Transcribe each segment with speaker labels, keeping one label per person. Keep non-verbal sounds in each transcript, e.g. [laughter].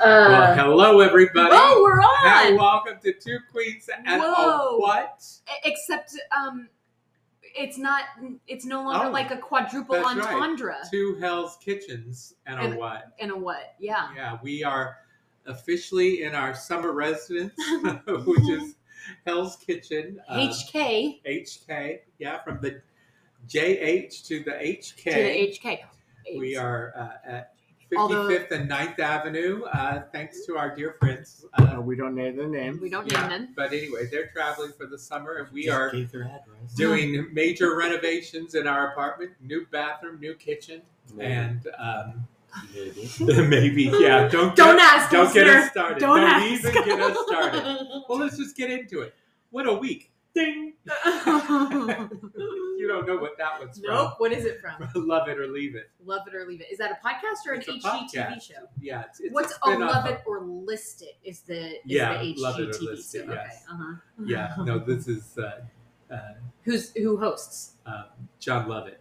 Speaker 1: well,
Speaker 2: Uh,
Speaker 1: hello, everybody.
Speaker 2: oh, we're
Speaker 1: and
Speaker 2: on.
Speaker 1: welcome to Two Queens and
Speaker 2: Whoa.
Speaker 1: a What?
Speaker 2: E-, Except, um, it's not. It's no longer
Speaker 1: Oh,
Speaker 2: like a quadruple
Speaker 1: that's right.
Speaker 2: entendre
Speaker 1: Two Hell's Kitchens and a
Speaker 2: And-
Speaker 1: What?
Speaker 2: and a what? Yeah.
Speaker 1: Yeah, we are officially in our
Speaker 2: [laughs]
Speaker 1: summer residence, [laughs] which is Hell's Kitchen. uh,
Speaker 2: HK
Speaker 1: HK. Yeah, from the JH to the HK.
Speaker 2: to the HK.
Speaker 1: We are uh, at 55th
Speaker 2: Although-
Speaker 1: and 9th Avenue, uh, thanks to our dear friends. Uh,
Speaker 3: Uh, we don't know the name.
Speaker 2: We don't
Speaker 1: Yeah.
Speaker 2: name them.
Speaker 1: but anyway, they're traveling for the summer, and we
Speaker 3: Just
Speaker 1: are
Speaker 3: gave their address.
Speaker 1: doing major renovations in our apartment new bathroom, new kitchen, and um,
Speaker 3: Maybe.
Speaker 1: [laughs] maybe, yeah, don't
Speaker 2: Don't
Speaker 1: get,
Speaker 2: ask.
Speaker 1: don't get
Speaker 2: listener.
Speaker 1: us started.
Speaker 2: Don't ask.
Speaker 1: even get us started. [laughs] Well, let's just get into it. What a week. Ding. [laughs] You don't know what that
Speaker 2: [laughs]
Speaker 1: one's
Speaker 2: nope. What is it from?
Speaker 1: from. [laughs] Love it or leave it.
Speaker 2: Love it or leave it. Is that a podcast or an
Speaker 1: It's a
Speaker 2: HGTV
Speaker 1: podcast.
Speaker 2: show?
Speaker 1: Yeah, it's, it's
Speaker 2: What's
Speaker 1: a
Speaker 2: a
Speaker 1: spin-off
Speaker 2: love
Speaker 1: of-
Speaker 2: it or list it? Is the is the
Speaker 1: Yeah,
Speaker 2: HGTV
Speaker 1: Love It or
Speaker 2: show?
Speaker 1: List It,
Speaker 2: okay.
Speaker 1: yes.
Speaker 2: Uh-huh. [laughs]
Speaker 1: Yeah, no, this is uh, uh,
Speaker 2: Who's who hosts?
Speaker 1: um, John Lovett.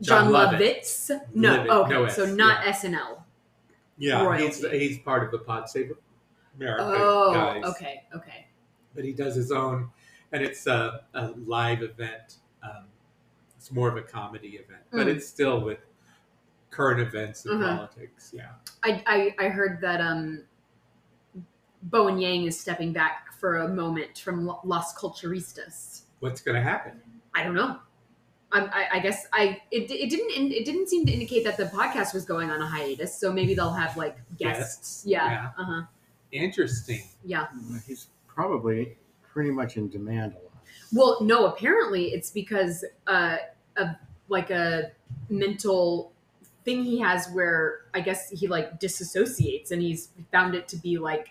Speaker 2: John,
Speaker 1: Lovett.
Speaker 2: Lovitz? No,
Speaker 1: Lovett,
Speaker 2: okay,
Speaker 1: no S,
Speaker 2: so not SNL.
Speaker 1: Yeah, he's,
Speaker 2: Royalty.
Speaker 1: he's part of the Pod Save America
Speaker 2: oh,
Speaker 1: guys,
Speaker 2: okay, okay.
Speaker 1: but he does his own, and it's a, a live event. Um, it's more of a comedy event, but
Speaker 2: Mm.
Speaker 1: it's still with current events and
Speaker 2: Mhm.
Speaker 1: politics. Yeah,
Speaker 2: I, I I heard that um, Bowen Yang is stepping back for a moment from Lo- Las Culturistas.
Speaker 1: what's going to happen?
Speaker 2: I don't know. I, I, I guess I it, it didn't in- it didn't seem to indicate that the podcast was going on a hiatus, so maybe they'll have like guests.
Speaker 1: Guests,
Speaker 2: Yeah.
Speaker 1: yeah.
Speaker 2: Uh huh.
Speaker 1: Interesting.
Speaker 2: Yeah.
Speaker 3: He's probably pretty much in demand a lot.
Speaker 2: Well, no, apparently it's because uh, of like a mental thing he has where I guess he like disassociates and he's found it to be like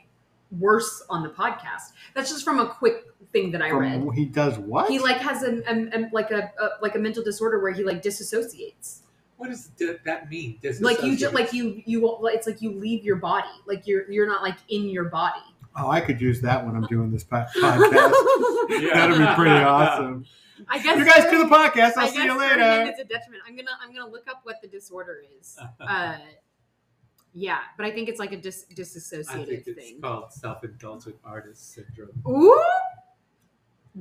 Speaker 2: worse on the podcast. That's just from a quick thing that I
Speaker 3: From-
Speaker 2: read.
Speaker 3: He does what?
Speaker 2: He like has a, a, a- like a, a like a mental disorder where he like disassociates.
Speaker 1: What does d- that mean?
Speaker 2: Like you
Speaker 1: Disassociate.
Speaker 2: just like you you won't- like, it's like you leave your body. Like you're you're not like in your body.
Speaker 3: oh, I could use that when I'm doing this po- podcast.
Speaker 2: [laughs]
Speaker 1: Yeah.
Speaker 3: That'd be pretty awesome.
Speaker 2: I guess
Speaker 3: you guys do the podcast. I'll
Speaker 2: I
Speaker 3: see you
Speaker 2: guess for him
Speaker 3: later.
Speaker 2: It's a detriment. I'm gonna I'm gonna look up what the disorder is. Uh, yeah, but I think it's like a dis-
Speaker 1: I
Speaker 2: disassociative
Speaker 1: think it's
Speaker 2: thing.
Speaker 1: called self-indulgent artist syndrome.
Speaker 2: Ooh.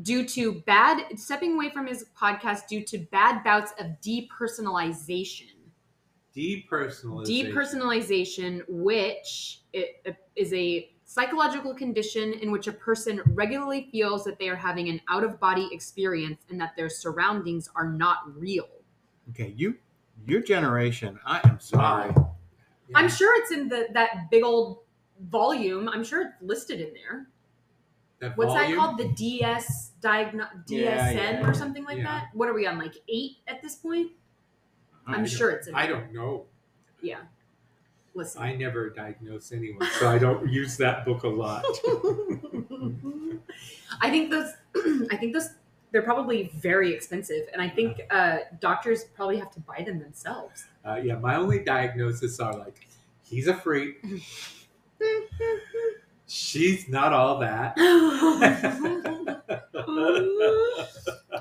Speaker 2: Due to bad stepping away from his podcast due to bad bouts of depersonalization.
Speaker 1: Depersonalization.
Speaker 2: Depersonalization, which it, is a psychological condition in which a person regularly feels that they are having an out of body experience and that their surroundings are not real.
Speaker 3: Okay, you, your generation. I am sorry.
Speaker 1: Yeah.
Speaker 2: I'm sure it's in the that big old volume. I'm sure it's listed in there.
Speaker 1: That
Speaker 2: What's
Speaker 1: volume?
Speaker 2: that called? The DS diagno DSN
Speaker 3: Yeah, yeah,
Speaker 2: or something like
Speaker 1: yeah.
Speaker 2: that. What are we on? Like eight at this point?
Speaker 1: I
Speaker 2: I'm
Speaker 1: don't-
Speaker 2: sure it's in.
Speaker 1: I
Speaker 2: there.
Speaker 1: don't know.
Speaker 2: Yeah. Listen.
Speaker 1: I never diagnose anyone, so I don't [laughs] use that book a lot.
Speaker 2: [laughs] I think those. [clears throat] I think those. They're probably very expensive, and I think uh, doctors probably have to buy them
Speaker 1: [laughs]
Speaker 2: themselves.
Speaker 1: Uh, yeah, my only diagnoses are like, he's a freak. She's not all that.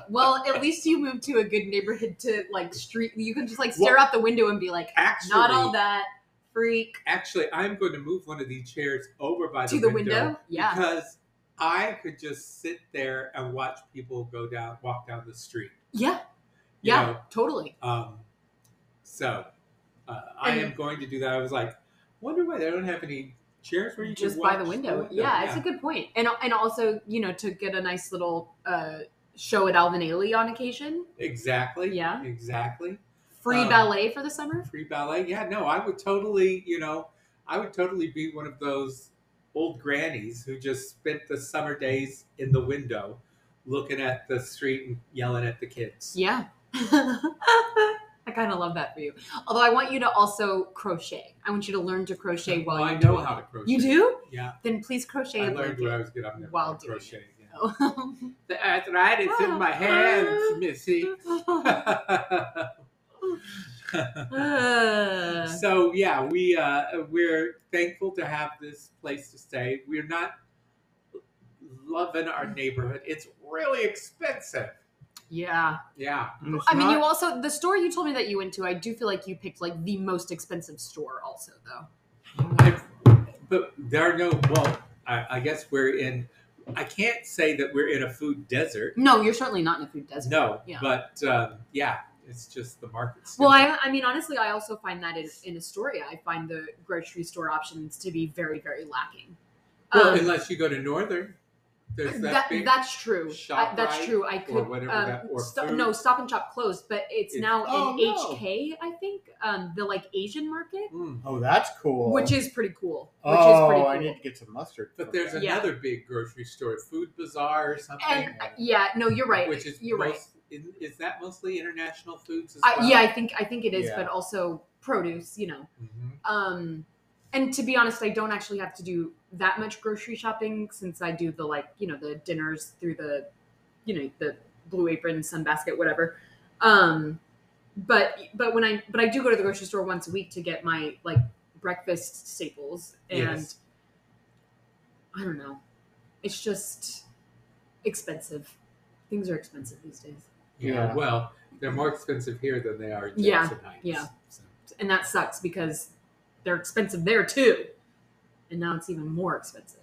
Speaker 2: well, at least you moved to a good neighborhood to like street. You can just like stare out the window and be like,
Speaker 1: Actually,
Speaker 2: not all that freak
Speaker 1: actually, I'm going to move one of these chairs over by
Speaker 2: to
Speaker 1: the,
Speaker 2: the window.
Speaker 1: [laughs]
Speaker 2: Yeah.
Speaker 1: because I could just sit there and watch people go down, walk down the street.
Speaker 2: Yeah.
Speaker 1: you
Speaker 2: Yeah.
Speaker 1: know?
Speaker 2: Totally.
Speaker 1: Um, so uh, I am
Speaker 2: And-
Speaker 1: going to do that. I was like, wonder why they don't have any chairs where you
Speaker 2: Just
Speaker 1: can
Speaker 2: by the
Speaker 1: watch
Speaker 2: window. Yeah, It's a good point. And and also, you know, to get a nice little uh show at Alvin Ailey on occasion.
Speaker 1: exactly.
Speaker 2: Yeah.
Speaker 1: exactly.
Speaker 2: Free
Speaker 1: Um,
Speaker 2: ballet for the summer.
Speaker 1: Free ballet. Yeah, no, I would totally. You know, I would totally be one of those old grannies who just spent the summer days in the window, looking at the street and yelling at the kids.
Speaker 2: Yeah. [laughs] I kind of love that for you. Although I want you to also crochet. I want you to learn to crochet while
Speaker 1: Well, I
Speaker 2: you're
Speaker 1: know
Speaker 2: doing
Speaker 1: how
Speaker 2: it.
Speaker 1: to crochet.
Speaker 2: You do?
Speaker 1: Yeah,
Speaker 2: Then please crochet
Speaker 1: I
Speaker 2: and
Speaker 1: learned
Speaker 2: learn
Speaker 1: when I was good. I'm gonna
Speaker 2: While doing it.
Speaker 1: crochet. yeah.
Speaker 2: to-
Speaker 1: The arthritis in
Speaker 2: [laughs]
Speaker 1: my hands, Missy. [laughs]
Speaker 2: Uh,
Speaker 1: [laughs] so yeah, we uh, we're thankful to have this place to stay. We're not loving our neighborhood. It's really expensive.
Speaker 2: [laughs] yeah.
Speaker 1: Yeah,
Speaker 3: And it's
Speaker 2: I mean,
Speaker 3: not-
Speaker 2: you also the store you told me that you went to. I do feel like you picked like the most expensive store, also though.
Speaker 1: I, but there are no. Well, I, I guess we're in. I can't say that we're in a food desert.
Speaker 2: No, you're certainly not in a food desert.
Speaker 1: No,
Speaker 2: Yeah.
Speaker 1: but um, yeah, it's just the market.
Speaker 2: Well, I, I mean, honestly, I also find that in, in Astoria, I find the grocery store options to be very, very lacking.
Speaker 1: well,
Speaker 2: Um,
Speaker 1: unless you go to northern, there's that,
Speaker 2: that,
Speaker 1: big.
Speaker 2: that's true. I, that's
Speaker 1: ShopRite
Speaker 2: true. I could
Speaker 1: whatever
Speaker 2: um,
Speaker 1: that- or
Speaker 2: sto-
Speaker 1: food.
Speaker 2: no Stop and Shop closed, but it's
Speaker 1: It-
Speaker 2: now
Speaker 4: Oh,
Speaker 2: in
Speaker 4: no.
Speaker 2: HK. I think um, the like Asian market,
Speaker 1: Mm.
Speaker 4: Oh, that's cool.
Speaker 2: which is pretty cool. Which
Speaker 4: oh,
Speaker 2: is pretty cool.
Speaker 4: I need to get some mustard.
Speaker 1: But
Speaker 4: from
Speaker 1: there's
Speaker 4: that.
Speaker 2: Yeah.
Speaker 1: another big grocery store, Food Bazaar or something.
Speaker 2: and uh, yeah, no, you're right.
Speaker 1: Which is
Speaker 2: you're right.
Speaker 1: most, is, is that mostly international foods as
Speaker 2: I,
Speaker 1: well?
Speaker 2: yeah, I think I think it is,
Speaker 4: Yeah.
Speaker 2: but also produce. You know.
Speaker 1: Mhm.
Speaker 2: Um, and to be honest, I don't actually have to do that much grocery shopping since I do the like, you know, the dinners through the, you know, the Blue Apron, Sunbasket, whatever. Um, but but when I but I do go to the grocery store once a week to get my like breakfast staples, and
Speaker 1: Yes.
Speaker 2: I don't know, it's just expensive. Things are expensive these days,
Speaker 1: Yeah.
Speaker 4: Yeah.
Speaker 1: Well, they're more expensive here than they are in
Speaker 2: Yeah,
Speaker 1: Jackson Heights.
Speaker 2: yeah.
Speaker 1: So,
Speaker 2: and that sucks because they're expensive there too, and now it's even more expensive.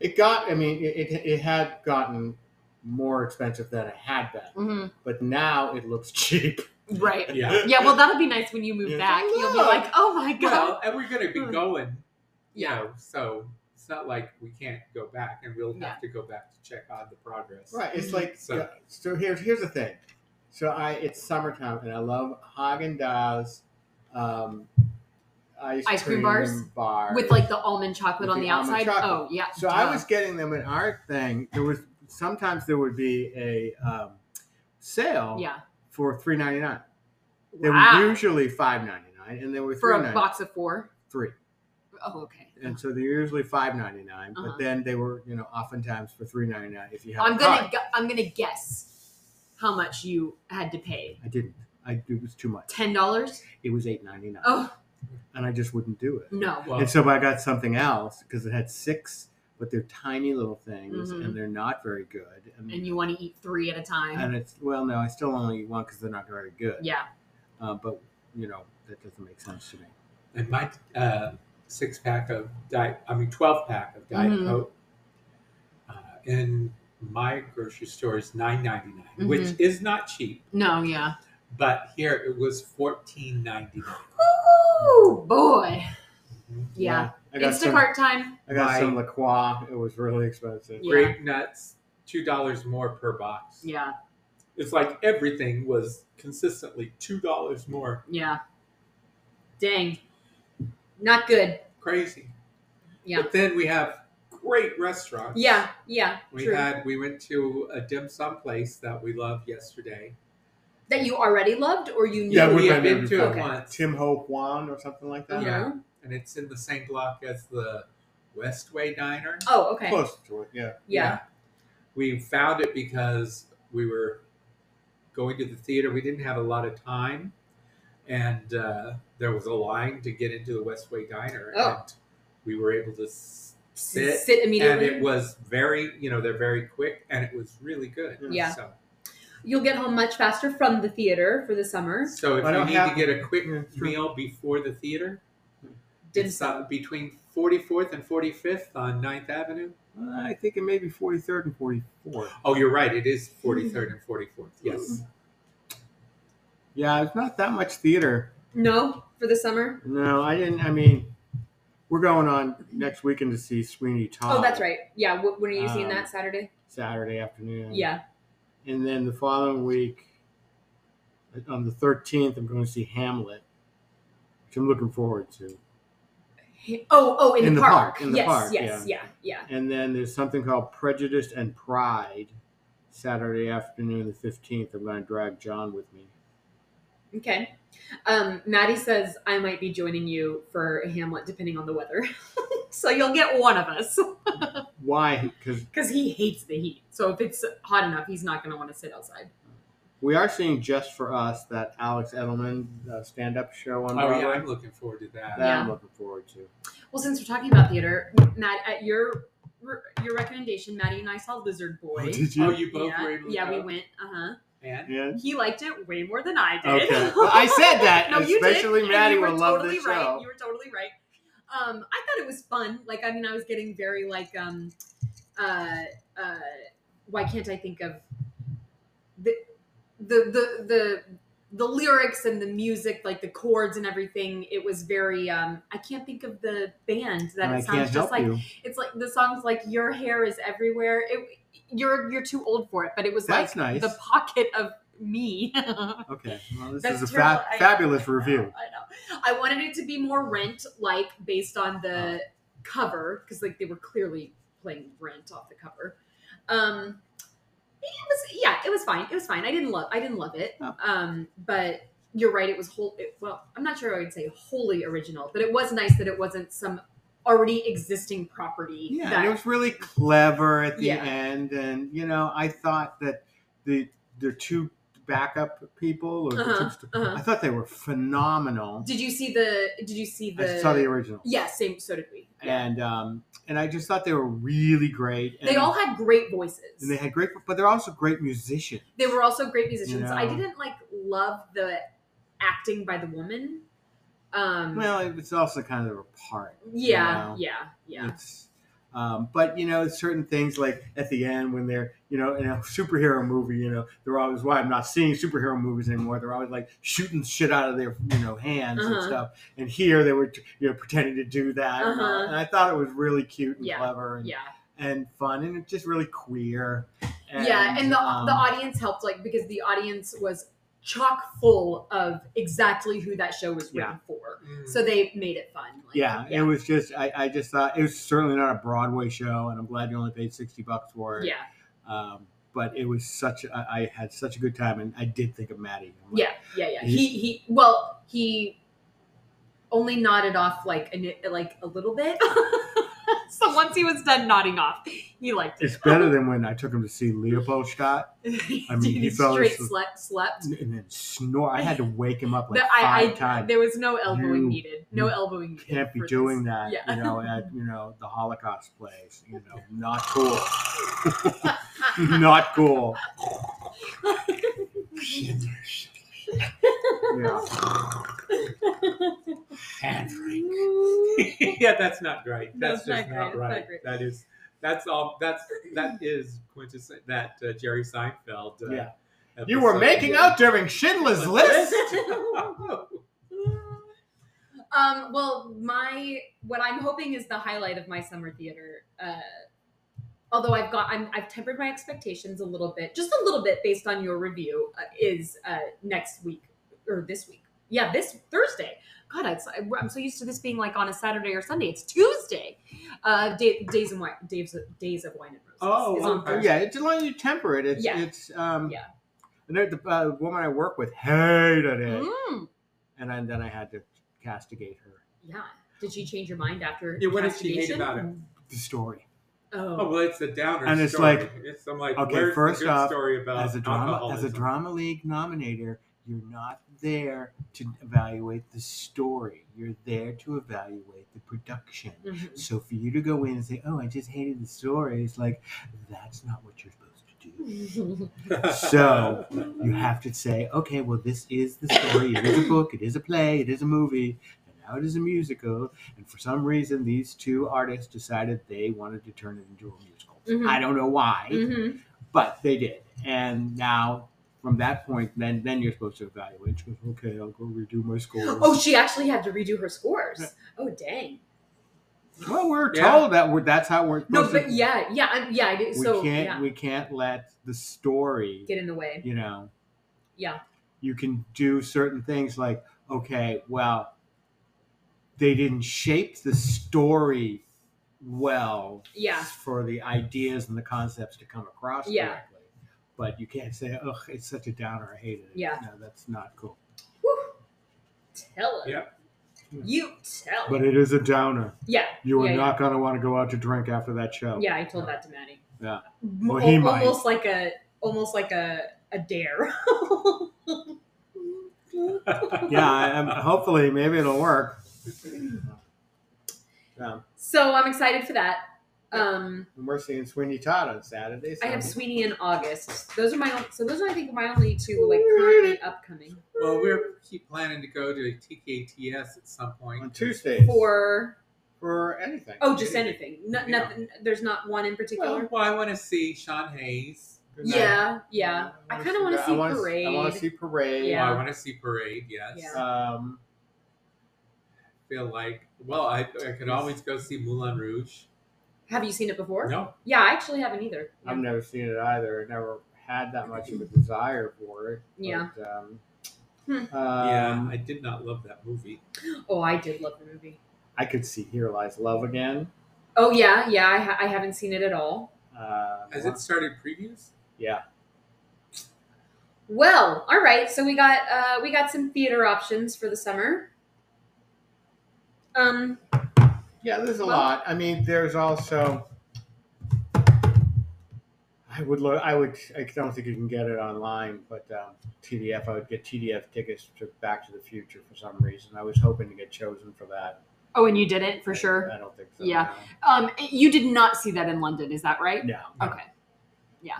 Speaker 4: It got. I mean, it, it, it had gotten more expensive than it had been,
Speaker 2: Mm-hmm.
Speaker 4: but now it looks [laughs] cheap.
Speaker 2: Right.
Speaker 1: yeah.
Speaker 2: Yeah, well, that'll be nice when you move
Speaker 4: Yeah.
Speaker 2: back.
Speaker 4: Oh,
Speaker 2: You'll be
Speaker 4: look.
Speaker 2: like, oh my God.
Speaker 1: Well, and we're going to be
Speaker 2: Hmm.
Speaker 1: going, you
Speaker 2: Yeah.
Speaker 1: know, so it's not like we can't go back and we'll
Speaker 2: Yeah.
Speaker 1: have to go back to check on the progress.
Speaker 4: Right. It's
Speaker 2: Mhm.
Speaker 4: like
Speaker 1: So-
Speaker 4: so. So here's here's the thing. So I it's summertime and I love Hagen Dazs, um, ice,
Speaker 2: Ice cream bars?
Speaker 4: bar.
Speaker 2: With like the almond chocolate
Speaker 4: With
Speaker 2: on
Speaker 4: the
Speaker 2: the,
Speaker 4: almond
Speaker 2: outside.
Speaker 4: chocolate.
Speaker 2: Oh, yeah.
Speaker 4: So I was getting them in our thing. There was sometimes there would be a um, sale
Speaker 2: Yeah.
Speaker 4: for three ninety nine. They
Speaker 2: Wow.
Speaker 4: were usually five ninety nine, and they were
Speaker 2: For
Speaker 4: three
Speaker 2: a
Speaker 4: ninety nine.
Speaker 2: box of four.
Speaker 4: Three,
Speaker 2: Oh, okay.
Speaker 4: Oh, and so they're usually five ninety nine.
Speaker 2: Uh-huh.
Speaker 4: But then they were, you know, oftentimes for three ninety nine if you have.
Speaker 2: I'm
Speaker 4: a
Speaker 2: gonna
Speaker 4: card.
Speaker 2: gu- I'm gonna guess how much you had to pay.
Speaker 4: I didn't. I it was too much.
Speaker 2: Ten dollars?
Speaker 4: It was eight ninety nine,
Speaker 2: Oh
Speaker 4: and I just wouldn't do it.
Speaker 2: no.
Speaker 1: Well,
Speaker 4: And so I got something else because it had six, but they're tiny little things
Speaker 2: Mhm.
Speaker 4: and they're not very good. And,
Speaker 2: And you want to eat three at a time.
Speaker 4: and it's well, no, I still only eat one because they're not very good.
Speaker 2: Yeah.
Speaker 4: Uh, but you know that doesn't make sense to me.
Speaker 1: and my uh, six pack of diet, I mean, 12 pack of Diet
Speaker 2: Mhm.
Speaker 1: Coke uh, in my grocery store is nine ninety nine,
Speaker 2: Mm-hmm.
Speaker 1: which is not cheap,
Speaker 2: No. Yeah.
Speaker 1: but here it was fourteen ninety nine.
Speaker 2: Oh boy. Yeah.
Speaker 4: I got some.
Speaker 2: Instacart time.
Speaker 4: I got
Speaker 1: My-
Speaker 4: some La Croix. It was really expensive.
Speaker 2: Yeah.
Speaker 1: Grape nuts, two dollars more per box.
Speaker 2: Yeah.
Speaker 1: It's like everything was consistently two dollars more.
Speaker 2: Yeah. Dang. Not good.
Speaker 1: Crazy.
Speaker 2: Yeah.
Speaker 1: But then we have great restaurants.
Speaker 2: Yeah. Yeah.
Speaker 1: We
Speaker 2: true.
Speaker 1: had we went to a dim sum place that we loved yesterday.
Speaker 2: that you already loved or you knew
Speaker 4: Yeah,
Speaker 1: we
Speaker 4: we've
Speaker 1: had
Speaker 4: been
Speaker 1: been
Speaker 4: there
Speaker 1: to it
Speaker 2: before.
Speaker 1: once.
Speaker 4: Tim Ho Juan or something like that.
Speaker 2: Uh-huh.
Speaker 1: Yeah. and it's in the same block as the Westway Diner.
Speaker 2: Oh, okay.
Speaker 4: Close to it. Yeah.
Speaker 2: Yeah.
Speaker 1: We found it because we were going to the theater. We didn't have a lot of time, and uh, there was a line to get into the Westway Diner,
Speaker 2: Oh.
Speaker 1: and we were able to. s- Sit,
Speaker 2: S- Sit
Speaker 1: And
Speaker 2: immediately.
Speaker 1: it was very, you know, they're very quick, and it was really good.
Speaker 2: Yeah.
Speaker 1: So,
Speaker 2: You'll get home much faster from the theater for the summer.
Speaker 1: so if
Speaker 4: I
Speaker 1: you
Speaker 4: don't
Speaker 1: need
Speaker 4: have-
Speaker 1: to get a quick
Speaker 4: Yeah, it's true.
Speaker 1: meal before the theater,
Speaker 2: Dim
Speaker 1: it's uh, between 44th and 45th on 9th Avenue.
Speaker 4: Uh, I think it may be 43rd and 44th.
Speaker 1: Oh, you're right. It is 43rd and 44th. Yes.
Speaker 4: Yeah, it's not that much theater.
Speaker 2: No, for the summer.
Speaker 4: No, I didn't. I mean, we're going on next weekend to see Sweeney Todd.
Speaker 2: Oh, that's
Speaker 1: Uh,
Speaker 2: right. Yeah. wh- When are you seeing
Speaker 4: Um,
Speaker 2: that Saturday?
Speaker 4: Saturday
Speaker 1: um,
Speaker 4: afternoon.
Speaker 2: Yeah.
Speaker 4: And then the following week, uh, on the 13th, I'm going to see Hamlet, which I'm looking forward to.
Speaker 2: Oh, oh, in, the, park.
Speaker 4: in the
Speaker 2: yes,
Speaker 4: park,
Speaker 2: yes, yeah, yeah.
Speaker 4: And then there's something called Prejudice and Pride, Saturday afternoon, the 15th. I'm going to drag John with me.
Speaker 2: Okay. Um, Maddie says I might be joining you for Hamlet, depending on the weather. [laughs] so you'll get one of us
Speaker 4: Why? Because
Speaker 2: because he hates the heat. So if it's hot enough, he's not going to want to sit outside.
Speaker 4: we are seeing Just for Us, that Alex Edelman uh, stand up show on
Speaker 1: Oh,
Speaker 4: Broadway.
Speaker 1: yeah. I'm looking forward to that.
Speaker 4: That I'm looking forward to.
Speaker 2: Well, since we're talking about theater, Matt, at your your recommendation, Maddie and I saw Lizard Boy.
Speaker 1: Oh, you both
Speaker 2: yeah,
Speaker 1: were able to
Speaker 2: yeah,
Speaker 1: go?
Speaker 2: we went. Uh huh.
Speaker 1: And
Speaker 4: Yeah.
Speaker 2: He liked it way more than I did. [laughs]
Speaker 4: Okay. Well, I said that,
Speaker 2: no, you did.
Speaker 4: especially
Speaker 2: and
Speaker 4: Maddie
Speaker 2: you were
Speaker 4: will love
Speaker 2: totally
Speaker 4: this
Speaker 2: right.
Speaker 4: show.
Speaker 2: You were totally right. Um, I thought it was fun. Like, I mean, I was getting very like, um, uh, uh, why can't I think of the the the the the lyrics and the music, like the chords and everything, it was very. Um, I can't think of the band that
Speaker 4: and I
Speaker 2: it
Speaker 4: can't
Speaker 2: sounds just
Speaker 4: help
Speaker 2: like.
Speaker 4: you.
Speaker 2: It's like the song's like "Your hair is everywhere." It, you're you're too old for it, but it was
Speaker 4: That's
Speaker 2: like
Speaker 4: nice.
Speaker 2: the pocket of me. [laughs]
Speaker 4: Okay, well, this
Speaker 2: That's
Speaker 4: is a
Speaker 2: terrible.
Speaker 4: fa-
Speaker 2: I-
Speaker 4: fabulous
Speaker 2: I know, I
Speaker 4: review.
Speaker 2: know. I wanted it to be more Rent like based on the cover because like they were clearly playing Rent off the cover. Um, it was yeah, it was fine. It was fine. I didn't love I didn't love it.
Speaker 4: Oh.
Speaker 2: Um, but you're right. It was whole. It, well, I'm not sure I would say wholly original, but it was nice that it wasn't some already existing property.
Speaker 4: Yeah,
Speaker 2: that,
Speaker 4: and it was really clever at the
Speaker 2: Yeah.
Speaker 4: end, and you know, I thought that the the two backup people, or
Speaker 2: Uh-huh,
Speaker 4: the 2
Speaker 2: uh-huh.
Speaker 4: I thought they were phenomenal.
Speaker 2: Did you see the? Did you see the?
Speaker 4: I saw the original,
Speaker 2: yeah, same. So did we. Yeah.
Speaker 4: and um, and I just thought they were really great. And,
Speaker 2: they all had great voices.
Speaker 4: and they had great, but they're also great musicians.
Speaker 2: they were also great musicians.
Speaker 4: You know.
Speaker 2: I didn't like love the acting by the woman. Um,
Speaker 4: well, it's also kind of a part. you
Speaker 2: yeah,
Speaker 4: know?
Speaker 2: yeah, yeah,
Speaker 4: It's, um, but you know, certain things like at the end when they're you know in a superhero movie, you know, they're always why I'm not seeing superhero movies anymore. They're always like shooting shit out of their you know hands and
Speaker 2: Uh-huh.
Speaker 4: stuff. And here they were you know pretending to do that, and, all.
Speaker 2: Uh-huh.
Speaker 4: and I thought it was really cute and
Speaker 2: Yeah.
Speaker 4: clever and,
Speaker 2: yeah,
Speaker 4: and fun and just really queer.
Speaker 2: yeah. And the
Speaker 4: um,
Speaker 2: the audience helped, like because the audience was chock full of exactly who that show was written for,
Speaker 1: Mm.
Speaker 4: [laughs]
Speaker 2: so they made it fun. Like,
Speaker 4: Yeah, it
Speaker 2: yeah,
Speaker 4: was just I, I just thought it was certainly not a Broadway show, and I'm glad you only paid sixty bucks for it.
Speaker 2: yeah.
Speaker 4: Um, but it was such I, I had such a good time, and I did think of Maddie. I'm like,
Speaker 2: Yeah, yeah, yeah. He he. Well, he only nodded off like a, ni- like a little bit. [laughs] so once he was done nodding off, he liked it.
Speaker 4: It's better than when I took him to see Leopoldstadt
Speaker 2: [laughs]
Speaker 4: I mean, he
Speaker 2: he
Speaker 4: fell
Speaker 2: straight
Speaker 4: asleep.
Speaker 2: slept. slept.
Speaker 4: and then snore. I had to wake
Speaker 2: [laughs]
Speaker 4: him up like
Speaker 2: That- I,
Speaker 4: five
Speaker 2: I,
Speaker 4: times.
Speaker 2: There was no elbowing
Speaker 4: You
Speaker 2: needed. No elbowing needed.
Speaker 4: Can't be
Speaker 2: for this.
Speaker 4: doing that,
Speaker 2: Yeah. [laughs]
Speaker 4: you know, at you know the Holocaust place. You know, not cool. [laughs]
Speaker 2: [laughs]
Speaker 4: not cool. Yeah.
Speaker 2: [laughs]
Speaker 1: yeah, that's not right. That's,
Speaker 2: That's not great.
Speaker 1: just not,
Speaker 2: It's not
Speaker 1: right.
Speaker 2: great.
Speaker 1: That is that's all. That's that is quintessent. That uh, Jerry Seinfeld. Uh,
Speaker 4: Yeah. You were
Speaker 1: episode.
Speaker 4: making out during
Speaker 1: [laughs]
Speaker 4: Schindler's List. [laughs]
Speaker 1: Oh,
Speaker 2: um, well, my what I'm hoping is the highlight of my summer theater. Uh, although I've got I'm, I've tempered my expectations a little bit, just a little bit based on your review. Uh, is uh, next week or this week? Yeah, this Thursday. God, I, I'm so used to this being like on a Saturday or Sunday. It's Tuesday. Uh, day, days and wine, days, days of wine and roses.
Speaker 1: Oh,
Speaker 2: is on
Speaker 1: okay.
Speaker 2: Thursday.
Speaker 4: yeah, it's as long as you temper it. It's
Speaker 2: Yeah.
Speaker 4: it's um
Speaker 2: Yeah.
Speaker 4: And there- the uh, woman I work with hated it,
Speaker 2: Mm,
Speaker 4: and I, then I had to castigate her.
Speaker 2: yeah. Did she change your mind after?
Speaker 1: Yeah, what did she hate
Speaker 2: castigation?
Speaker 1: about it?
Speaker 4: The story
Speaker 2: [laughs]
Speaker 1: Oh well, it's a downer.
Speaker 4: And it's
Speaker 1: story.
Speaker 4: like,
Speaker 1: it's I'm like,
Speaker 4: okay,
Speaker 1: where's the
Speaker 4: first
Speaker 1: good
Speaker 4: off,
Speaker 1: story about
Speaker 4: as a drama as a
Speaker 1: alcoholism?
Speaker 4: drama league nominator, you're not there to evaluate the story. You're there to evaluate the production.
Speaker 2: Mhm.
Speaker 4: So for you to go in and say, "Oh, I just hated the story," it's like that's not what you're supposed to
Speaker 2: [laughs]
Speaker 4: do. So you have to say, okay, well, this is the story. It is a book. It is a play. It is a movie. And now it is a musical. And for some reason, these two artists decided they wanted to turn it into a musical.
Speaker 2: Mhm.
Speaker 4: I don't know why,
Speaker 2: Mhm.
Speaker 4: but they did. And now, from that point, then then you're supposed to evaluate. She goes, okay, I'll go redo my scores.
Speaker 2: [gasps] Oh, she actually had to redo her scores. Oh, dang.
Speaker 4: well, we're
Speaker 1: Yeah.
Speaker 4: told that we're, that's how we're
Speaker 2: No,
Speaker 4: supposed
Speaker 2: but
Speaker 4: to.
Speaker 2: yeah, yeah, I, yeah. I did.
Speaker 4: We
Speaker 2: So
Speaker 4: can't
Speaker 2: yeah,
Speaker 4: we can't let the story
Speaker 2: get in the way.
Speaker 4: you know
Speaker 2: Yeah.
Speaker 4: you can do certain things like okay well they didn't shape the story well
Speaker 2: Yeah.
Speaker 4: for the ideas and the concepts to come across
Speaker 2: Yeah.
Speaker 4: correctly but you can't say oh it's such a downer i hate it
Speaker 2: Yeah.
Speaker 4: no that's not cool
Speaker 2: Tell her.
Speaker 1: Yep.
Speaker 2: You tell.
Speaker 4: but
Speaker 2: her.
Speaker 4: it is a downer
Speaker 2: yeah.
Speaker 4: you are
Speaker 2: Yeah, yeah.
Speaker 4: not going to want to go out to drink after that show
Speaker 2: Yeah, I told that to Maddie.
Speaker 4: Yeah.
Speaker 2: M-
Speaker 4: Well, he
Speaker 2: al-
Speaker 4: might.
Speaker 2: Almost like a, almost like a, a dare. [laughs]
Speaker 1: [laughs]
Speaker 4: yeah I, I'm, hopefully maybe
Speaker 2: [laughs]
Speaker 4: it'll work um,
Speaker 2: so I'm excited for that. Um,
Speaker 4: and we're seeing sweeney todd on saturday so
Speaker 2: I have Sweeney in August. Those are my on- so those are I think my only two like currently upcoming
Speaker 1: well, we're keep planning to go to TKTS at some point.
Speaker 4: on tuesdays
Speaker 2: for
Speaker 4: or anything.
Speaker 2: Oh, just anything. No,
Speaker 4: Yeah.
Speaker 2: Nothing. There's not one in particular.
Speaker 1: Well, well, I want to see Sean Hayes.
Speaker 2: yeah, yeah. I kind of want to
Speaker 4: that.
Speaker 2: see
Speaker 4: Uh, I wanna I
Speaker 2: Parade.
Speaker 4: want to see parade.
Speaker 2: Yeah.
Speaker 1: Well, I want to see Parade. Yes.
Speaker 2: Yeah.
Speaker 4: Um,
Speaker 1: feel like well, I, I could always go see Moulin Rouge.
Speaker 2: Have you seen it before?
Speaker 1: No,
Speaker 2: Yeah, I actually haven't either.
Speaker 4: I've never seen it either. I never had that much of a desire for it. but,
Speaker 2: Yeah.
Speaker 4: um,
Speaker 2: Hmm.
Speaker 4: um,
Speaker 1: yeah, I did not love that movie.
Speaker 2: Oh, I did love the movie.
Speaker 4: I could see Here Lies Love again.
Speaker 2: Oh yeah, yeah. I, ha- I haven't seen it at all.
Speaker 4: Uh,
Speaker 1: Has it started previews?
Speaker 4: Yeah.
Speaker 2: Well, all right. So we got uh, we got some theater options for the summer. Um.
Speaker 4: Yeah, there's a
Speaker 2: Well-
Speaker 4: lot. I mean, there's also. I would look. I would. I don't think you can get it online, but um, TDF. I would get TDF tickets to Back to the Future for some reason. I was hoping to get chosen for that.
Speaker 2: Oh, and you didn't
Speaker 4: I- I don't think so.
Speaker 2: Yeah. Um, you did not see that in London, is that right?
Speaker 4: No. no.
Speaker 2: Okay.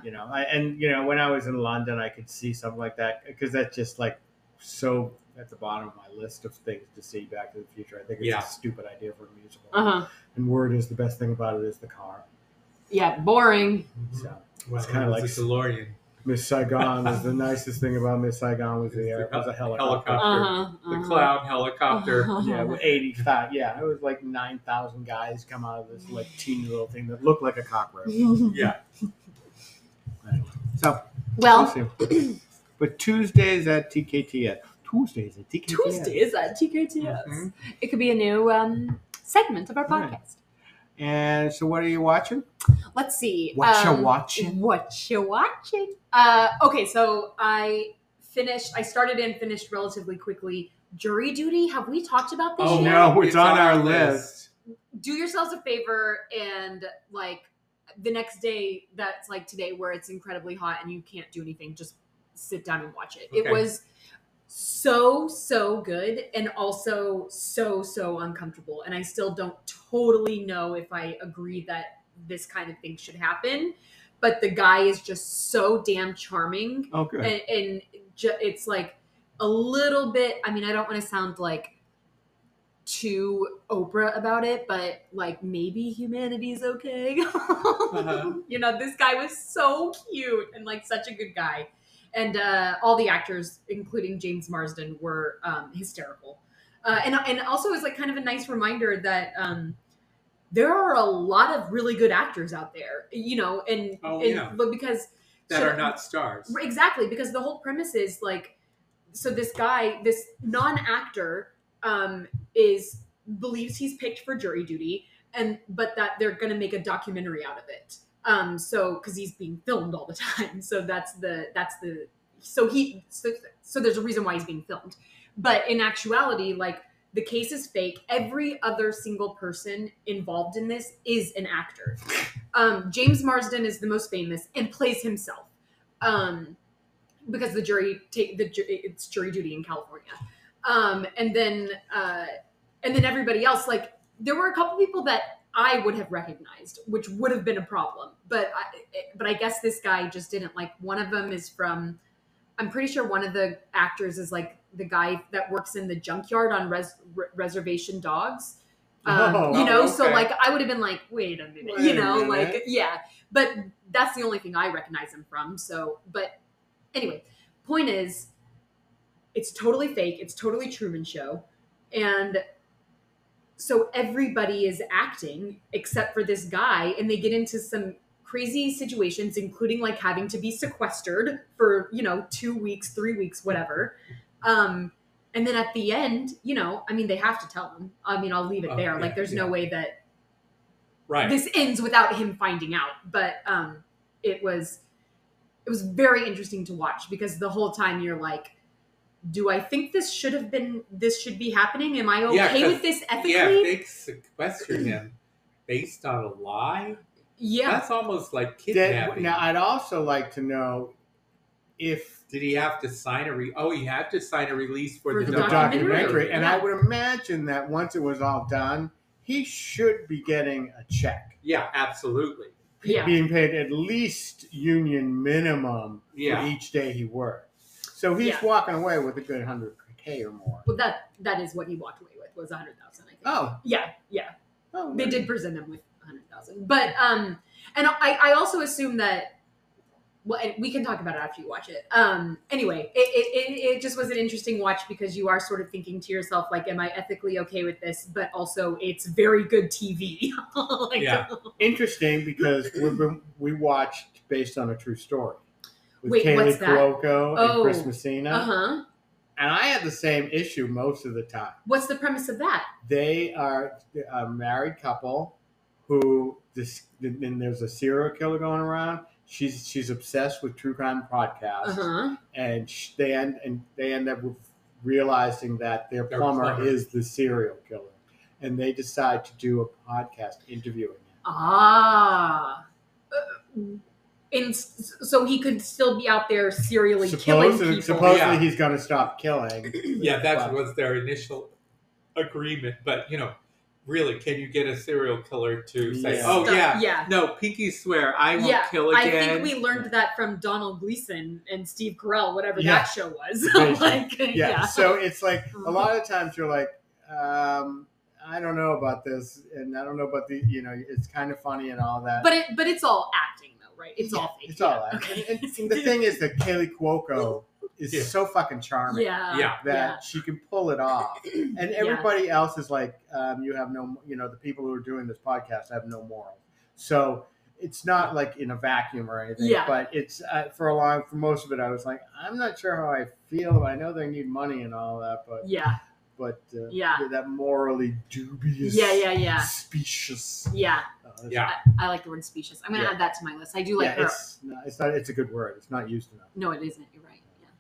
Speaker 4: You know, I, and you know, when I was in London, I could see something like that because that's just like so at the bottom of my list of things to see. Back to the Future. I think it's
Speaker 1: Yeah.
Speaker 4: a stupid idea for a musical.
Speaker 2: huh.
Speaker 4: And word is the best thing about it is the car.
Speaker 2: Yeah. Boring.
Speaker 4: So.
Speaker 1: Well,
Speaker 4: It's kinda
Speaker 1: it was
Speaker 4: like-
Speaker 1: a DeLorean.
Speaker 4: Miss Saigon was the nicest thing about Miss Saigon was the air, was a helicopter.
Speaker 1: Helicopter.
Speaker 2: Uh-huh,
Speaker 1: The clown
Speaker 2: [laughs]
Speaker 1: helicopter.
Speaker 4: Yeah, with eighty five. Yeah, it was like nine thousand guys come out of this like teeny little thing that looked like a cockroach.
Speaker 1: Mm-hmm. Yeah.
Speaker 4: So we'll
Speaker 2: [laughs] well,
Speaker 4: see. But Tuesdays at TKTS. Tuesdays at TKTS.
Speaker 2: Tuesdays at TKTS.
Speaker 1: Mhm.
Speaker 2: It could be a new um, segment of our
Speaker 4: Mm-hmm. Right.
Speaker 2: podcast.
Speaker 4: And so, what are you watching?
Speaker 2: Let's see.
Speaker 4: Whatcha
Speaker 2: um,
Speaker 4: watching?
Speaker 2: What you watching? Uh, okay, so I finished. I started and finished relatively quickly. Jury duty. Have we talked about this?
Speaker 1: Oh,
Speaker 2: yet?
Speaker 1: no, it's on our list.
Speaker 2: do yourselves a favor and like the next day that's like today where it's incredibly hot and you can't do anything just sit down and watch it it
Speaker 1: Okay.
Speaker 2: was so so good and also so so uncomfortable and i still don't totally know if i agree that this kind of thing should happen but the guy is just so damn charming
Speaker 4: Oh, good.
Speaker 2: and, and ju- it's like a little bit i mean i don't want to sound like too oprah about it but like maybe humanity's okay [laughs]
Speaker 1: Uh-huh.
Speaker 2: you know this guy was so cute and like such a good guy and uh, all the actors including james marsden were um, hysterical uh, and, and also is like kind of a nice reminder that um, there are a lot of really good actors out there you know and,
Speaker 1: Oh,
Speaker 2: and
Speaker 1: yeah.
Speaker 2: but because
Speaker 1: That
Speaker 2: Sure.
Speaker 1: are not stars.
Speaker 2: Right, Exactly, because the whole premise is like, so this guy, this non-actor, um, is believes he's picked for jury duty, and but that they're gonna make a documentary out of it. Um, so because he's being filmed all the [laughs] time, so that's the that's the so he so, so there's a reason why he's being filmed, but in actuality, like the case is fake. Every other single person involved in this is an actor. Um, James Marsden is the most famous and plays himself um, because the jury take the ju- it's jury duty in California, um, and then uh, and then everybody else. Like there were a couple people that I would have recognized, which would have been a problem. But I, but I guess this guy just didn't like. One of them is from. I'm pretty sure one of the actors is like the guy that works in the junkyard on res- re- reservation dogs. Um,
Speaker 4: Oh,
Speaker 2: you know, so
Speaker 1: okay.
Speaker 2: like I would have been like, wait a minute,
Speaker 4: Wait
Speaker 2: you
Speaker 4: a
Speaker 2: know,
Speaker 4: minute.
Speaker 2: like yeah. But that's the only thing I recognize him from. So, but anyway, point is, it's totally fake. It's totally Truman Show, and so everybody is acting except for this guy, and they get into some crazy situations, including like having to be sequestered for you know two weeks, three weeks, whatever. Um, and then at the end, you know, I mean, they have to tell him. I mean, I'll leave it
Speaker 1: Oh,
Speaker 2: there.
Speaker 1: yeah,
Speaker 2: like, there's no way that
Speaker 1: Right.
Speaker 2: this ends without him finding out but um it was it was very interesting to watch because the whole time you're like do i think this should have been this should be happening am i okay
Speaker 1: Yeah, 'cause-
Speaker 2: with this
Speaker 1: yeah, if
Speaker 2: ethically
Speaker 1: they sequestered him based on a lie,
Speaker 2: yeah
Speaker 1: that's almost like
Speaker 4: That-
Speaker 1: kidnapping.
Speaker 4: now, I'd also like to know if
Speaker 1: Did he have to sign a re? Oh, he had to sign a release for,
Speaker 2: For
Speaker 4: for
Speaker 1: the,
Speaker 4: the
Speaker 2: documentary.
Speaker 4: documentary,
Speaker 1: documentary.
Speaker 4: and
Speaker 2: Yeah.
Speaker 4: I would imagine that once it was all done, he should be getting a check.
Speaker 1: Yeah, absolutely.
Speaker 2: yeah
Speaker 4: being paid at least union minimum
Speaker 1: Yeah.
Speaker 4: for each day he worked. So he's
Speaker 2: Yeah.
Speaker 4: walking away with a good hundred k or more.
Speaker 2: well that that is what he walked away with was a hundred thousand i think
Speaker 4: Oh,
Speaker 2: yeah yeah
Speaker 4: Oh,
Speaker 2: they
Speaker 4: nice.
Speaker 2: did present them with 100,000. But um and I I also assume that well and we can talk about it after you watch it. Um anyway, it it, it it just was an interesting watch because you are sort of thinking to yourself like am I ethically okay with this? But also it's very good TV. [laughs] Like,
Speaker 1: Yeah.
Speaker 4: Interesting because we've been, we watched based on a true story with
Speaker 2: Wait,
Speaker 4: Kaylee
Speaker 2: what's that?
Speaker 4: Cuoco and
Speaker 2: Oh,
Speaker 4: Chris Messina,
Speaker 2: Uh-huh.
Speaker 4: and I had the same issue most of the time.
Speaker 2: What's the premise of that?
Speaker 4: they are a married couple who this and there's a serial killer going around she's she's obsessed with true crime podcasts
Speaker 2: Uh-huh.
Speaker 4: and sh they end and they end up with realizing that their
Speaker 1: Their
Speaker 4: plumber,
Speaker 1: plumber.
Speaker 4: is the serial killer and they decide to do a podcast interviewing him
Speaker 2: Ah. Uh, And s- so he could still be out there serially killing
Speaker 4: supposedly,
Speaker 2: people.
Speaker 4: supposedly
Speaker 1: Yeah.
Speaker 4: he's going to
Speaker 2: [laughs]
Speaker 4: stop killing
Speaker 1: Yeah, that
Speaker 4: But-
Speaker 1: was their initial agreement. But you know, really, can you get a serial killer to say,
Speaker 4: Yeah.
Speaker 1: "Oh
Speaker 2: Stuff-
Speaker 1: yeah,
Speaker 2: Yeah.
Speaker 1: [laughs] no, pinky swear, I won't
Speaker 2: Yeah,
Speaker 1: kill
Speaker 2: I
Speaker 1: again"?
Speaker 2: think we learned that from Donald Gleason and Steve Carell, whatever
Speaker 4: Yeah.
Speaker 2: that show was. [laughs]
Speaker 4: Amazing.
Speaker 2: like, yeah. Mm-hmm.
Speaker 4: yeah. So it's like a lot of times you're like, um, I don't know about this, and I don't know about the, you know, it's kind of funny and all that.
Speaker 2: But it but it's all acting though, right? It's all fake.
Speaker 4: it's all
Speaker 2: [laughs]
Speaker 4: that.
Speaker 2: Okay.
Speaker 4: And, and the thing is that Kaylee Cuoco is
Speaker 1: Yeah.
Speaker 4: so fucking charming
Speaker 2: Yeah.
Speaker 1: Yeah.
Speaker 4: that she can pull it
Speaker 2: [clears throat]
Speaker 4: off, and everybody else is like, um, you have no, you know, the people who are doing this podcast have no morals. So. It's not like in a vacuum or anything,
Speaker 2: Yeah.
Speaker 4: but it's uh, for a long, for most of it, I was like, I'm not sure how I feel. I know they need money and all that, but
Speaker 2: Yeah.
Speaker 4: but uh,
Speaker 2: Yeah.
Speaker 4: that morally dubious,
Speaker 2: Yeah. Yeah. Yeah.
Speaker 4: specious.
Speaker 2: Yeah.
Speaker 4: Uh,
Speaker 1: yeah,
Speaker 2: I like the word specious. I'm gonna
Speaker 4: Yeah.
Speaker 2: add that to my list. I do like
Speaker 4: yeah,
Speaker 2: her.
Speaker 4: it's not, it's not. It's a good word. It's not used enough.
Speaker 2: No, it isn't. You're right. [laughs]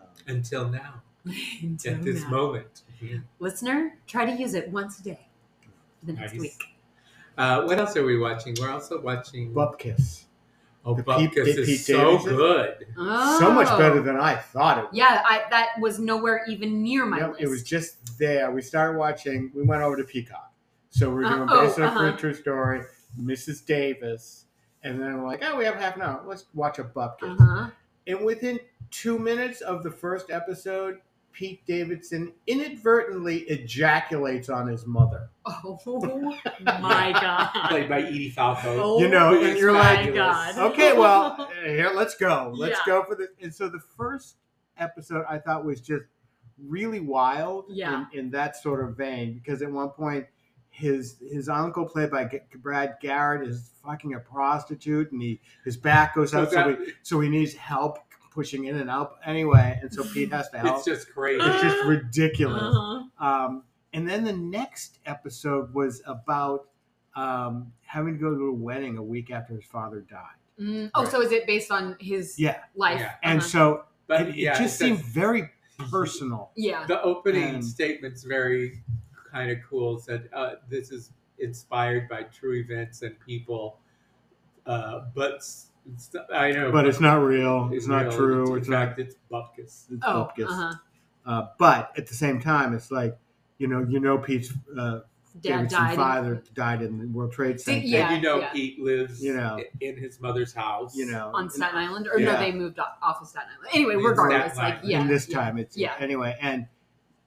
Speaker 4: Um,
Speaker 1: until now,
Speaker 2: Yeah.
Speaker 1: at this
Speaker 2: Now.
Speaker 1: moment.
Speaker 2: Listener, try to use it once a day for the next
Speaker 1: Nice.
Speaker 2: week.
Speaker 1: Uh, what else are we watching? We're also watching.
Speaker 4: Bub kiss.
Speaker 1: oh,
Speaker 4: the
Speaker 1: Bupkis
Speaker 4: Pete- Pete
Speaker 1: is so
Speaker 4: Davidson?
Speaker 1: good.
Speaker 4: So much better
Speaker 2: Oh.
Speaker 4: than I thought it. was.
Speaker 2: Yeah, I, that was nowhere even near my
Speaker 4: Yep,
Speaker 2: list.
Speaker 4: it was just there. We started watching. We went over to Peacock. So we're
Speaker 2: Uh,
Speaker 4: doing
Speaker 2: oh,
Speaker 4: based on a
Speaker 2: uh-huh.
Speaker 4: true story. Mrs. Davis, and then we're like, oh, we have half an hour. Let's watch a bub kiss.
Speaker 2: uh-huh.
Speaker 4: And within two minutes of the first episode, Pete Davidson inadvertently ejaculates on his mother. [laughs]
Speaker 2: Oh my god.
Speaker 1: [laughs] Played by Edie Falco.
Speaker 2: Oh
Speaker 4: uh, You know,
Speaker 1: Who
Speaker 4: and
Speaker 1: is
Speaker 4: you're
Speaker 2: my
Speaker 4: like,
Speaker 1: fabulous.
Speaker 2: God.
Speaker 4: okay, well, here, let's go. Let's
Speaker 2: Yeah.
Speaker 4: go for this. And so the first episode I thought was just really wild
Speaker 2: Yeah.
Speaker 4: in, in that sort of vein because at one point his his uncle played by G- Brad Garrett is fucking a prostitute and he his back goes
Speaker 1: So
Speaker 4: out so,
Speaker 1: that-
Speaker 4: he, so he needs help pushing in and out anyway and so Pete has
Speaker 2: [laughs]
Speaker 4: to help.
Speaker 1: it's just crazy.
Speaker 4: It's just
Speaker 2: [laughs]
Speaker 4: ridiculous.
Speaker 2: Uh-huh.
Speaker 4: Um, and then the next episode was about um, having to go to a wedding a week after his father died.
Speaker 2: Mm, oh, so is it based on his
Speaker 4: Yeah.
Speaker 2: life?
Speaker 1: Yeah.
Speaker 4: And
Speaker 2: Uh-huh.
Speaker 4: so
Speaker 1: But
Speaker 4: it, it
Speaker 1: yeah, it's-
Speaker 4: just seemed very personal.
Speaker 2: yeah.
Speaker 1: The opening
Speaker 4: And-
Speaker 1: statement's very kind of cool. Said uh, this is inspired by true events and people, uh, but s- it's, I know,
Speaker 4: But it's not real. It's not
Speaker 1: real.
Speaker 4: true.
Speaker 1: In
Speaker 4: It's not.
Speaker 1: fact, it's Bupkis.
Speaker 4: It's
Speaker 2: oh,
Speaker 4: focused.
Speaker 2: uh-huh.
Speaker 4: Uh, but at the same time, it's like, you know, you know, Pete's uh,
Speaker 2: Dad
Speaker 4: Davidson's
Speaker 2: died.
Speaker 4: father died in the World Trade Center.
Speaker 2: yeah.
Speaker 1: and you know, Pete lives
Speaker 4: You know.
Speaker 1: i- in his mother's house.
Speaker 4: You know,
Speaker 2: on
Speaker 4: and-
Speaker 2: Staten Island, or
Speaker 4: Yeah.
Speaker 2: no, they moved off, off of Staten Island. Anyway,
Speaker 1: In
Speaker 2: regardless,
Speaker 1: Staten
Speaker 2: like
Speaker 1: Island.
Speaker 2: yeah,
Speaker 4: and this
Speaker 2: yeah.
Speaker 4: time it's
Speaker 2: Yeah.
Speaker 4: anyway and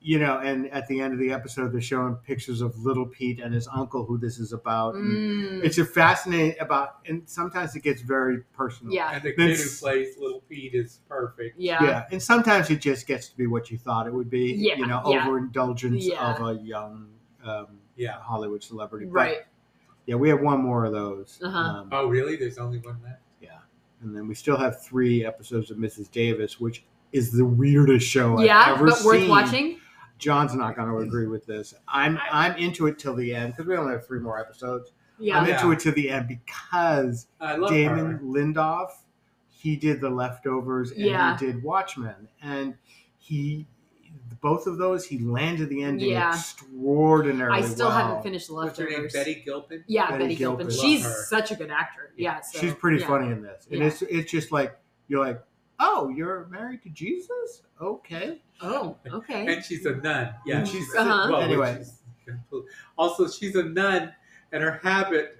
Speaker 4: you know and at the end of the episode they're showing pictures of little pete and his uncle who this is about and
Speaker 2: Mm,
Speaker 4: it's a fascinating about and sometimes it gets very personal
Speaker 2: yeah,
Speaker 1: and the kid who
Speaker 4: That's-
Speaker 1: plays little Pete is perfect.
Speaker 2: yeah,
Speaker 4: yeah. and sometimes it just gets to be what you thought it would be
Speaker 2: Yeah,
Speaker 4: you know
Speaker 2: yeah.
Speaker 4: overindulgence
Speaker 2: Yeah.
Speaker 4: of a young um,
Speaker 1: Yeah.
Speaker 4: hollywood celebrity But,
Speaker 2: right.
Speaker 4: yeah we have one more of those
Speaker 2: Uh-huh.
Speaker 4: um,
Speaker 1: Oh, really? There's only one left.
Speaker 4: and then we still have three episodes of mrs davis which is the weirdest show
Speaker 2: yeah,
Speaker 4: I've ever
Speaker 2: but worth
Speaker 4: seen.
Speaker 2: watching.
Speaker 4: John's not going to agree with this. I'm I'm into it till the end because we only have three more episodes. I'm
Speaker 2: Yeah,
Speaker 1: mean-
Speaker 4: into it till the end because
Speaker 1: I love
Speaker 4: Damon
Speaker 1: her.
Speaker 4: Lindoff, he did The Leftovers and
Speaker 2: Yeah.
Speaker 4: he did Watchmen, and he both of those he landed the ending
Speaker 2: Yeah.
Speaker 4: extraordinarily.
Speaker 2: I still
Speaker 4: well.
Speaker 2: haven't finished the
Speaker 1: What's her name?
Speaker 2: leftovers.
Speaker 1: Betty Gilpin.
Speaker 2: Yeah,
Speaker 4: Betty
Speaker 2: Betty, Gilpin.
Speaker 4: Gilpin.
Speaker 2: She's
Speaker 1: Love her.
Speaker 2: such a good actor. Yeah, so,
Speaker 4: She's pretty
Speaker 2: yeah.
Speaker 4: funny in this, and
Speaker 2: Yeah.
Speaker 4: it's it's just like you're like, oh, you're married to Jesus, okay.
Speaker 2: Oh, okay.
Speaker 1: And she's a nun. Yeah,
Speaker 4: Mhm.
Speaker 1: she's
Speaker 2: Uh-huh.
Speaker 1: well,
Speaker 4: Anyway.
Speaker 1: she's complete- also she's a nun, and her habit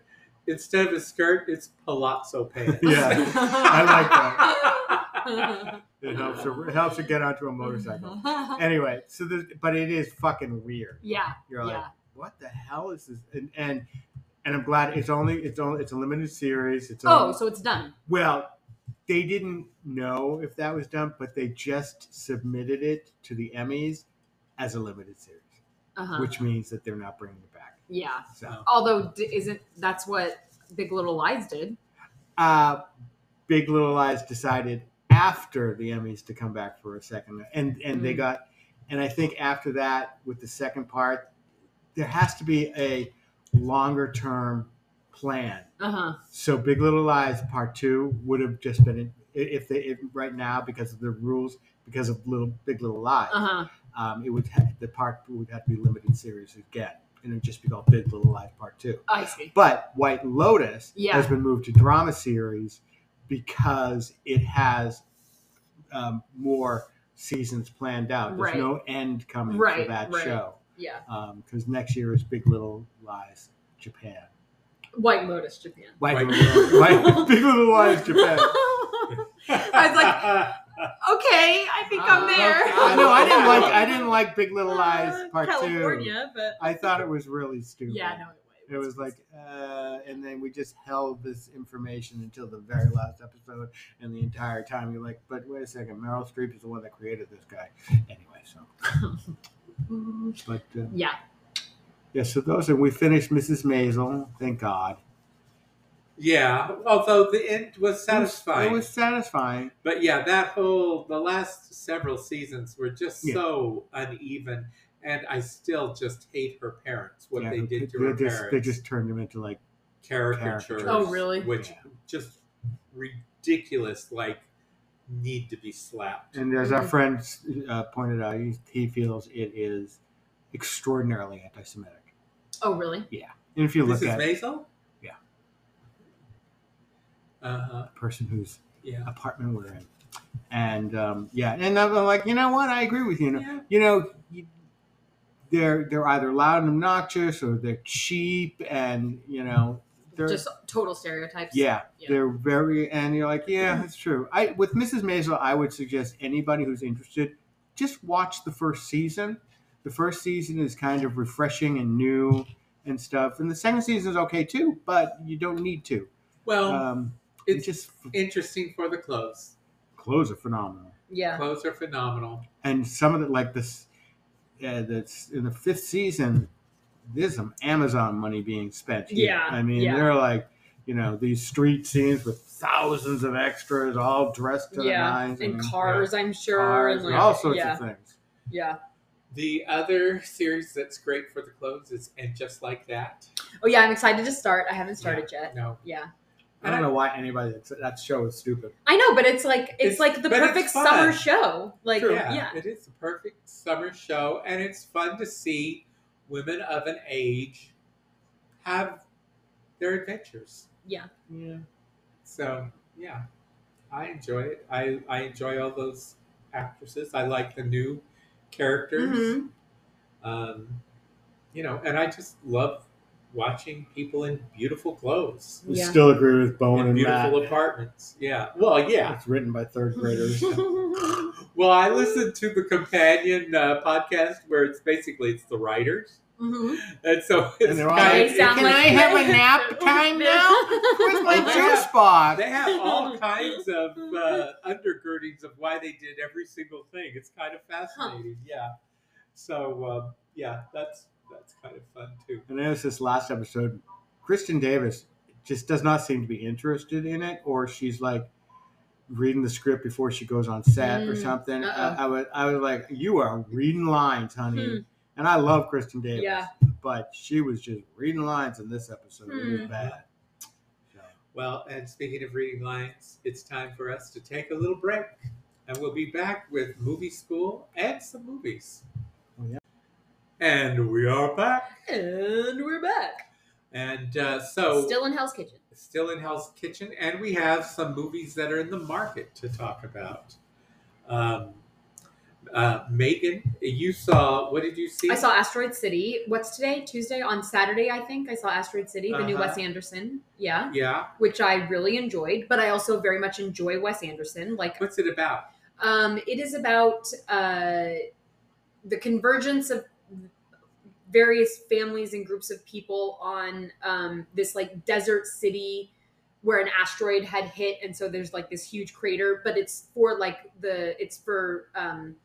Speaker 1: instead of a skirt, it's palazzo pants.
Speaker 4: [laughs] Yeah. I like that.
Speaker 1: [laughs]
Speaker 2: [laughs] that.
Speaker 4: It helps her it
Speaker 2: Mm-hmm.
Speaker 4: helps her get onto a motorcycle. Anyway, so this, but it is fucking weird.
Speaker 2: [laughs] yeah,
Speaker 4: You're like,
Speaker 2: yeah,
Speaker 4: what the hell is this? And and and I'm glad it's only it's only it's a limited series. It's
Speaker 2: Oh,
Speaker 4: only-
Speaker 2: so it's done.
Speaker 4: well, they didn't know if that was done, but they just submitted it to the Emmys as a limited series,
Speaker 2: Uh huh.
Speaker 4: which means that they're not bringing it back.
Speaker 2: Yeah.
Speaker 4: So,
Speaker 2: Although, d- isn't that's what Big Little Lies did?
Speaker 4: uh, Big Little Lies decided after the Emmys to come back for a second, and and they
Speaker 2: Mm.
Speaker 4: got, and I think after that with the second part, there has to be a longer term plan
Speaker 2: Uh huh.
Speaker 4: So Big Little Lies Part Two would have just been if they if right now because of the rules because of little Big Little Lies,
Speaker 2: Uh huh.
Speaker 4: um, it would ha- the part would have to be limited series again, and it would just be called Big Little Lies Part Two.
Speaker 2: Oh, I see.
Speaker 4: But White Lotus
Speaker 2: Yeah.
Speaker 4: has been moved to drama series because it has um, more seasons planned out. There's
Speaker 2: Right.
Speaker 4: no end coming
Speaker 2: Right,
Speaker 4: for that
Speaker 2: right.
Speaker 4: show
Speaker 2: Yeah.
Speaker 4: because next year is Big Little Lies Japan.
Speaker 2: White Lotus, Japan.
Speaker 4: White,
Speaker 1: White
Speaker 4: Little, White, Big Little Lies Japan.
Speaker 2: I [laughs] okay, I think I'm there.
Speaker 4: Uh, I know I didn't like
Speaker 2: [laughs]
Speaker 4: I didn't like Big Little Lies
Speaker 2: Uh,
Speaker 4: Part Two.
Speaker 2: California, but
Speaker 4: I thought it was really stupid.
Speaker 2: yeah, no, it
Speaker 4: It was like, uh, and then we just held this information until the very last episode, and the entire time you're like, but wait a second, Meryl Streep is the one that created this guy, anyway. So,
Speaker 2: Mm,
Speaker 4: but uh,
Speaker 2: yeah.
Speaker 4: yeah, so those are we finished Mrs. Maisel. Thank God,
Speaker 1: yeah, although the end was
Speaker 4: It was-
Speaker 1: satisfying.
Speaker 4: It was satisfying.
Speaker 1: But yeah, that whole the last several seasons were just
Speaker 4: Yeah.
Speaker 1: so uneven, and I still just hate her parents. What
Speaker 4: Yeah,
Speaker 1: they did to
Speaker 4: they
Speaker 1: her
Speaker 4: just,
Speaker 1: parents,
Speaker 4: they just turned him into like
Speaker 1: caricatures.
Speaker 2: Oh, really?
Speaker 1: Which
Speaker 4: Yeah.
Speaker 1: just ridiculous. Like need to be slapped.
Speaker 4: And as our
Speaker 2: Mhm.
Speaker 4: friend uh, pointed out, he, he feels it is extraordinarily anti-Semitic.
Speaker 2: Oh, really?
Speaker 4: And if you
Speaker 1: this is
Speaker 4: look at
Speaker 1: Maisel.
Speaker 4: Yeah.
Speaker 1: Uh huh.
Speaker 4: the person whose
Speaker 1: Yeah.
Speaker 4: apartment we're in, and um, yeah, and I'm like, you know what? I agree with you. You know,
Speaker 1: Yeah.
Speaker 4: you know you, they're they're either loud and obnoxious, or they're cheap, and you know, they're
Speaker 2: Just total stereotypes.
Speaker 4: yeah,
Speaker 2: Yeah.
Speaker 4: they're very. And you're like, yeah,
Speaker 1: Mm-hmm.
Speaker 4: that's true. I with Mrs. Maisel, I would suggest anybody who's interested just watch the first season. The first season is kind of refreshing and new and stuff, and the second season is okay too, but you don't need to.
Speaker 1: Well,
Speaker 4: Um, it's
Speaker 1: it's
Speaker 4: just
Speaker 1: interesting for the clothes.
Speaker 4: clothes are phenomenal,
Speaker 2: Yeah.
Speaker 1: Clothes are phenomenal.
Speaker 4: and some of it like this. Uh, that's in the fifth season. There's some Amazon money being spent. here.
Speaker 2: Yeah,
Speaker 4: I mean
Speaker 2: yeah.
Speaker 4: they're like you know these street scenes with thousands of extras all dressed to the
Speaker 2: Yeah.
Speaker 4: nines
Speaker 2: And
Speaker 4: I mean,
Speaker 2: cars, I'm sure.
Speaker 4: cars
Speaker 2: and
Speaker 4: and
Speaker 2: like,
Speaker 4: all sorts
Speaker 2: yeah.
Speaker 4: of things.
Speaker 2: Yeah.
Speaker 1: The other series that's great for the clothes is and just like that.
Speaker 2: Oh, yeah. I'm excited to start. I haven't started yet.
Speaker 1: No,
Speaker 2: Yeah.
Speaker 4: I don't know why anybody that show is stupid.
Speaker 2: I know, but it's like it's,
Speaker 1: It's-
Speaker 2: like the
Speaker 1: but it's
Speaker 2: perfect
Speaker 1: fun.
Speaker 2: summer show. Like,
Speaker 1: True.
Speaker 2: yeah.
Speaker 1: It is the perfect summer show, and it's fun to see women of an age have their adventures.
Speaker 4: Yeah,
Speaker 1: So, yeah, I enjoy it. I, I enjoy all those actresses. I like the new characters.
Speaker 2: Mhm.
Speaker 1: Um, you know, and I just love watching people in beautiful clothes,
Speaker 2: Yeah.
Speaker 4: still agree with Bone
Speaker 1: in
Speaker 4: and
Speaker 1: beautiful
Speaker 4: Matt.
Speaker 1: apartments. Yeah. Well, yeah.
Speaker 4: It's written by third
Speaker 2: [laughs]
Speaker 4: graders.
Speaker 2: Mm-hmm.
Speaker 1: Well, I listened to the companion uh, podcast where it's basically it's the writers. Mm-hmm.
Speaker 2: Mhm.
Speaker 1: And so it's
Speaker 4: And they're all
Speaker 1: kind
Speaker 2: They
Speaker 1: of-
Speaker 2: sound
Speaker 4: Can
Speaker 2: like
Speaker 4: I
Speaker 2: [laughs]
Speaker 4: have a nap time now? Where's my
Speaker 1: They
Speaker 4: juice
Speaker 1: have-
Speaker 4: box?
Speaker 1: they have all kinds of uh, undergirdings of why they did every single thing. It's kind of fascinating, yeah. So um, yeah, that's that's kind of fun too.
Speaker 4: I noticed this last episode, Kristen Davis just does not seem to be interested in it, or she's like reading the script before she goes on set or
Speaker 2: Mm,
Speaker 4: something.
Speaker 2: uh-oh.
Speaker 4: I, I was I was like, you are reading lines, honey.
Speaker 2: Hmm.
Speaker 4: And I love Kristen Davis,
Speaker 2: Yeah.
Speaker 4: but she was just reading lines in this episode. It was
Speaker 2: Hmm.
Speaker 4: bad. So,
Speaker 1: Well, and speaking of reading lines, it's time for us to take a little break, and we'll be back with movie school and some movies.
Speaker 4: Oh, yeah.
Speaker 1: And we are back,
Speaker 2: And we're back.
Speaker 1: and uh, so
Speaker 2: Still in Hell's Kitchen.
Speaker 1: still in Hell's Kitchen, and we have some movies that are in the market to talk about. Um, uh, Megan, you saw what did you see?
Speaker 2: I saw Asteroid City. What's today? Tuesday? On Saturday, I think I saw Asteroid City, the new
Speaker 1: Uh-huh.
Speaker 2: Wes Anderson. Yeah.
Speaker 1: Yeah,
Speaker 2: Which I really enjoyed, but I also very much enjoy Wes Anderson. Like,
Speaker 1: what's it about?
Speaker 2: um, it is about uh, the convergence of various families and groups of people on um, this like desert city where an asteroid had hit and so there's like this huge crater but it's for like the it's for um,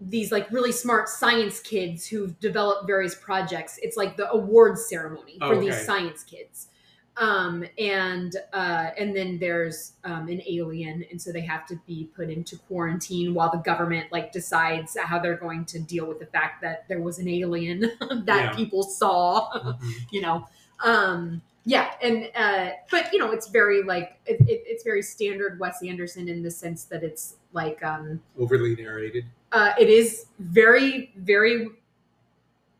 Speaker 2: these like really smart science kids who've developed various projects it's like the awards ceremony for
Speaker 1: Okay.
Speaker 2: these science kids um and uh and then there's um an alien and so they have to be put into quarantine while the government like decides how they're going to deal with the fact that there was an alien [laughs] that
Speaker 1: Yeah.
Speaker 2: people saw [laughs]
Speaker 1: Mhm.
Speaker 2: you know um yeah and uh but you know it's very like it, it, it's very standard wes anderson in the sense that it's like um
Speaker 1: Overly narrated.
Speaker 2: uh it is very very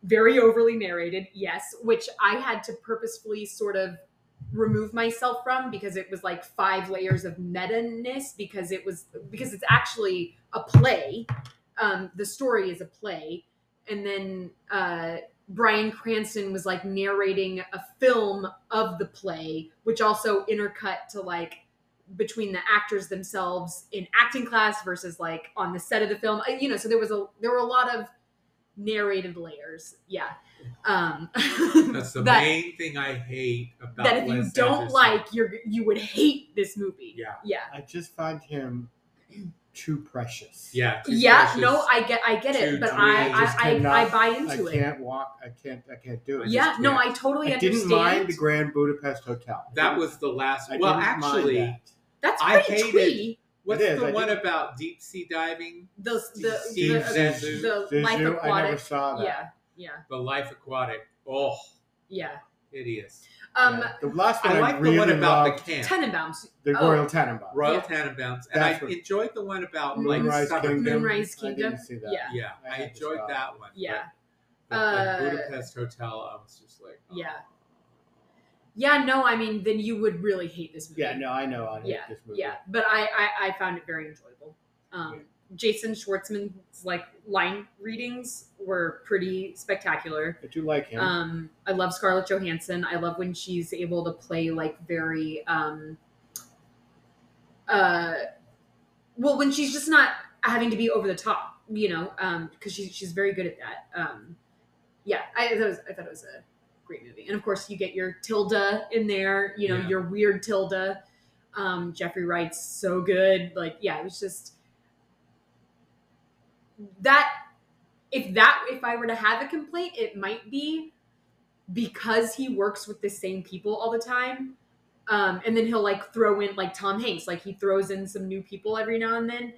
Speaker 2: very overly narrated yes which i had to purposefully sort of remove myself from because it was like five layers of meta-ness because it was because it's actually a play um the story is a play and then uh Brian Cranston was like narrating a film of the play, which also intercut to like between the actors themselves in acting class versus like on the set of the film. Uh, You know, so there was a there were a lot of narrated layers. Yeah. Um [laughs]
Speaker 1: That's the
Speaker 2: that-
Speaker 1: main thing I hate about
Speaker 2: that if you
Speaker 1: Wes
Speaker 2: don't
Speaker 1: Anderson.
Speaker 2: like, you're you would hate this movie.
Speaker 1: Yeah.
Speaker 2: yeah,
Speaker 4: I just find him [clears throat] too precious.
Speaker 1: Yeah. too
Speaker 2: yeah.
Speaker 1: precious.
Speaker 2: No, I get, I get
Speaker 1: Too
Speaker 2: it, but
Speaker 1: dreamy.
Speaker 2: I,
Speaker 1: I just
Speaker 2: I,
Speaker 4: cannot-
Speaker 2: I, I buy
Speaker 4: I
Speaker 2: into it.
Speaker 4: can't walk. I can't. I can't do it. I
Speaker 2: eh? Yeah,
Speaker 4: just
Speaker 2: no,
Speaker 4: can't.
Speaker 2: I totally
Speaker 4: I didn't
Speaker 2: understand.
Speaker 4: mind the Grand Budapest Hotel.
Speaker 1: That was the last.
Speaker 4: I
Speaker 1: well,
Speaker 4: didn't mind
Speaker 1: actually,
Speaker 4: that.
Speaker 2: That's
Speaker 1: I
Speaker 2: pretty
Speaker 1: hated-
Speaker 2: twee.
Speaker 1: what's
Speaker 4: It is,
Speaker 1: the
Speaker 4: I
Speaker 1: one
Speaker 4: didn't-
Speaker 1: about deep sea diving?
Speaker 2: The the
Speaker 1: Steve
Speaker 2: the,
Speaker 1: Zissou.
Speaker 2: the,
Speaker 4: Did
Speaker 2: life
Speaker 4: you? I never
Speaker 2: aquatic.
Speaker 4: saw that.
Speaker 2: Yeah, yeah,
Speaker 1: The Life Aquatic. Oh,
Speaker 2: yeah.
Speaker 1: hideous.
Speaker 2: Um,
Speaker 4: Yeah. the last one
Speaker 1: I
Speaker 4: I,
Speaker 1: like
Speaker 4: really
Speaker 1: the one about
Speaker 4: loved,
Speaker 1: the camp.
Speaker 2: Tenenbaums,
Speaker 4: the,
Speaker 2: oh.
Speaker 4: Royal Tenenbaum.
Speaker 1: Royal
Speaker 2: Yeah.
Speaker 1: Tannenbaums, and
Speaker 4: That's
Speaker 1: I
Speaker 4: what-
Speaker 1: enjoyed the one about like
Speaker 4: Moonrise
Speaker 1: summer.
Speaker 4: Kingdom.
Speaker 2: Moonrise
Speaker 4: I
Speaker 2: Kingdom.
Speaker 4: didn't see that.
Speaker 2: Yeah,
Speaker 1: Yeah,
Speaker 4: I
Speaker 1: I
Speaker 4: had to
Speaker 1: enjoyed
Speaker 4: stop.
Speaker 1: that one. but
Speaker 2: yeah,
Speaker 1: the, the
Speaker 2: Uh,
Speaker 1: Budapest Hotel, I was just like, oh.
Speaker 2: Yeah. yeah. No, I mean, then you would really hate this movie.
Speaker 4: Yeah, no, I know. I hate
Speaker 2: Yeah,
Speaker 4: this movie.
Speaker 2: yeah. But I, I, I found it very enjoyable. Um, Jason Schwartzman's like line readings were pretty spectacular.
Speaker 4: I do like him.
Speaker 2: Um, I love Scarlett Johansson. I love when she's able to play like very um uh well when she's just not having to be over the top, you know, um because she's she's very good at that. Um yeah, I thought it was I thought it was a great movie. And of course you get your Tilda in there, you know,
Speaker 1: Yeah.
Speaker 2: your weird Tilda. Um Jeffrey Wright's so good. Like yeah, it was just that if that if I were to have a complaint, it might be because he works with the same people all the time. Um, and then he'll like throw in like Tom Hanks, like he throws in some new people every now and then.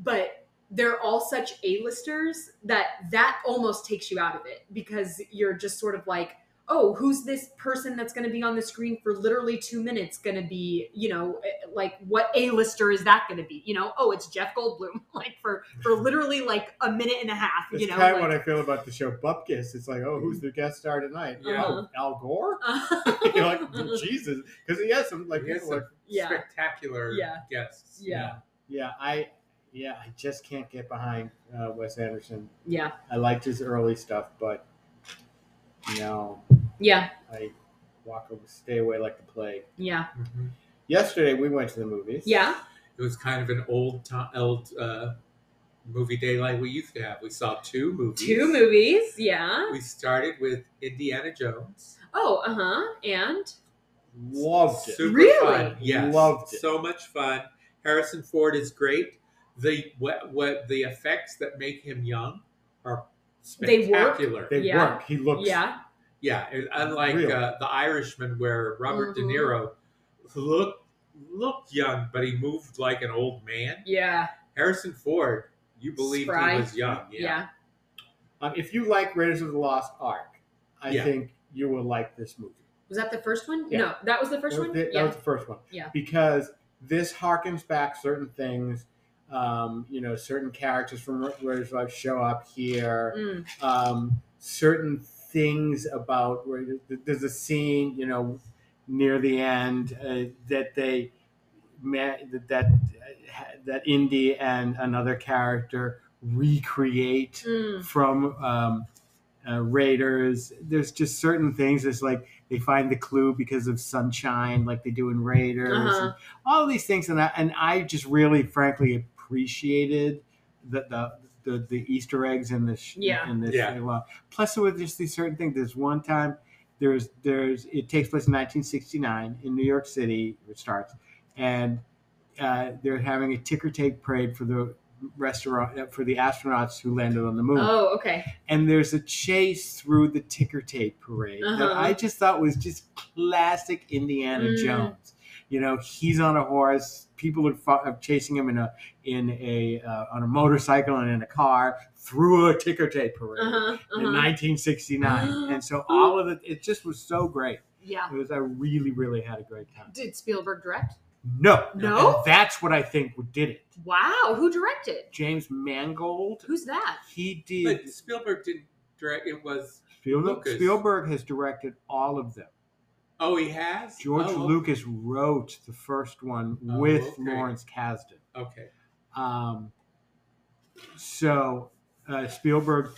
Speaker 2: But they're all such A-listers that that almost takes you out of it because you're just sort of like, oh, who's this person that's going to be on the screen for literally two minutes going to be, you know, eh, like what A-lister is that going to be? You know, oh, it's Jeff Goldblum, [laughs] like for
Speaker 4: [laughs]
Speaker 2: for literally like a minute and a half.
Speaker 4: It's
Speaker 2: you know,
Speaker 4: kind of
Speaker 2: like-
Speaker 4: what I feel about the show Bupkis. It's like, oh, who's the guest star tonight?
Speaker 1: Yeah.
Speaker 4: Oh, Al Gore? [laughs] You're like, Jesus. Because he has some, like,
Speaker 1: He has
Speaker 4: people are-
Speaker 2: Yeah.
Speaker 1: spectacular
Speaker 2: Yeah.
Speaker 1: guests.
Speaker 2: Yeah.
Speaker 4: yeah, I, yeah, I just can't get behind uh, Wes Anderson.
Speaker 2: [laughs] yeah,
Speaker 4: I liked his early stuff, but no,
Speaker 2: yeah,
Speaker 4: I walk over, stay away like the plague.
Speaker 2: yeah,
Speaker 1: Mhm.
Speaker 4: Yesterday, we went to the movies.
Speaker 2: yeah.
Speaker 1: It was kind of an old, to- old uh, movie daylight we used to have. We saw two movies.
Speaker 2: Two movies, yeah.
Speaker 1: We started with Indiana Jones.
Speaker 2: Oh, uh huh. And
Speaker 4: Loved it.
Speaker 1: Super
Speaker 2: Really?
Speaker 1: fun. Yes.
Speaker 4: Loved it.
Speaker 1: So much fun. Harrison Ford is great. The what, what the effects that make him young are
Speaker 2: They work.
Speaker 1: spectacular.
Speaker 4: They
Speaker 2: Yeah.
Speaker 4: work. He looks.
Speaker 2: yeah,
Speaker 1: Yeah, and unlike
Speaker 4: Real.
Speaker 1: uh, the Irishman, where Robert
Speaker 2: Mhm.
Speaker 1: De Niro looked looked young, but he moved like an old man.
Speaker 2: yeah,
Speaker 1: Harrison Ford, you believed
Speaker 2: Spry.
Speaker 1: he was young.
Speaker 2: yeah,
Speaker 1: Yeah.
Speaker 4: Um, if you like Raiders of the Lost Ark, I
Speaker 1: Yeah.
Speaker 4: think you will like this movie.
Speaker 2: Was that the first one?
Speaker 4: Yeah.
Speaker 2: No, that was the first
Speaker 4: that,
Speaker 2: one.
Speaker 4: That, that
Speaker 2: yeah,
Speaker 4: was the first one.
Speaker 2: Yeah.
Speaker 4: Because this harkens back certain things. Um, you know, certain characters from Raiders of the Lost show up here.
Speaker 2: Mm,
Speaker 4: Um, certain things about where there's a scene, you know, near the end uh, that they ma- that that uh, that Indy and another character recreate
Speaker 2: mm,
Speaker 4: from um, uh, Raiders. There's just certain things. It's like they find the clue because of sunshine, like they do in Raiders,
Speaker 2: Uh-huh.
Speaker 4: and all these things. And I, and I just really, frankly, appreciated the, the the, the Easter eggs and the sh-
Speaker 2: Yeah.
Speaker 4: and the
Speaker 1: Yeah.
Speaker 4: well, plus there were just these certain things. There's one time there's there's it takes place in 1969 in New York City. It starts and uh, they're having a ticker tape parade for the restaurant uh, for the astronauts who landed on the moon
Speaker 2: Oh, okay.
Speaker 4: and there's a chase through the ticker tape parade that
Speaker 2: Uh-huh.
Speaker 4: I just thought was just classic Indiana
Speaker 2: Mm.
Speaker 4: Jones. You know, he's on a horse. People are, fo- are chasing him in a in a uh, on a motorcycle and in a car through a ticker tape parade
Speaker 2: Uh huh.
Speaker 4: in
Speaker 2: Uh-huh. [gasps]
Speaker 4: 1969, and so all of it it just was so great.
Speaker 2: Yeah.
Speaker 4: It was I really really had a great time.
Speaker 2: Did Spielberg direct?
Speaker 4: No,
Speaker 2: No?
Speaker 4: And that's what I think did it.
Speaker 2: Wow. Who directed?
Speaker 4: James Mangold.
Speaker 2: Who's that?
Speaker 4: He did
Speaker 1: But Spielberg didn't direct. It was
Speaker 4: Spielberg,
Speaker 1: Lucas.
Speaker 4: Spielberg has directed all of them.
Speaker 1: oh, he has
Speaker 4: George
Speaker 1: Oh,
Speaker 4: Lucas wrote the first one
Speaker 1: Oh,
Speaker 4: with
Speaker 1: okay.
Speaker 4: Lawrence Kasdan.
Speaker 1: Okay,
Speaker 4: Um, so uh, Spielberg.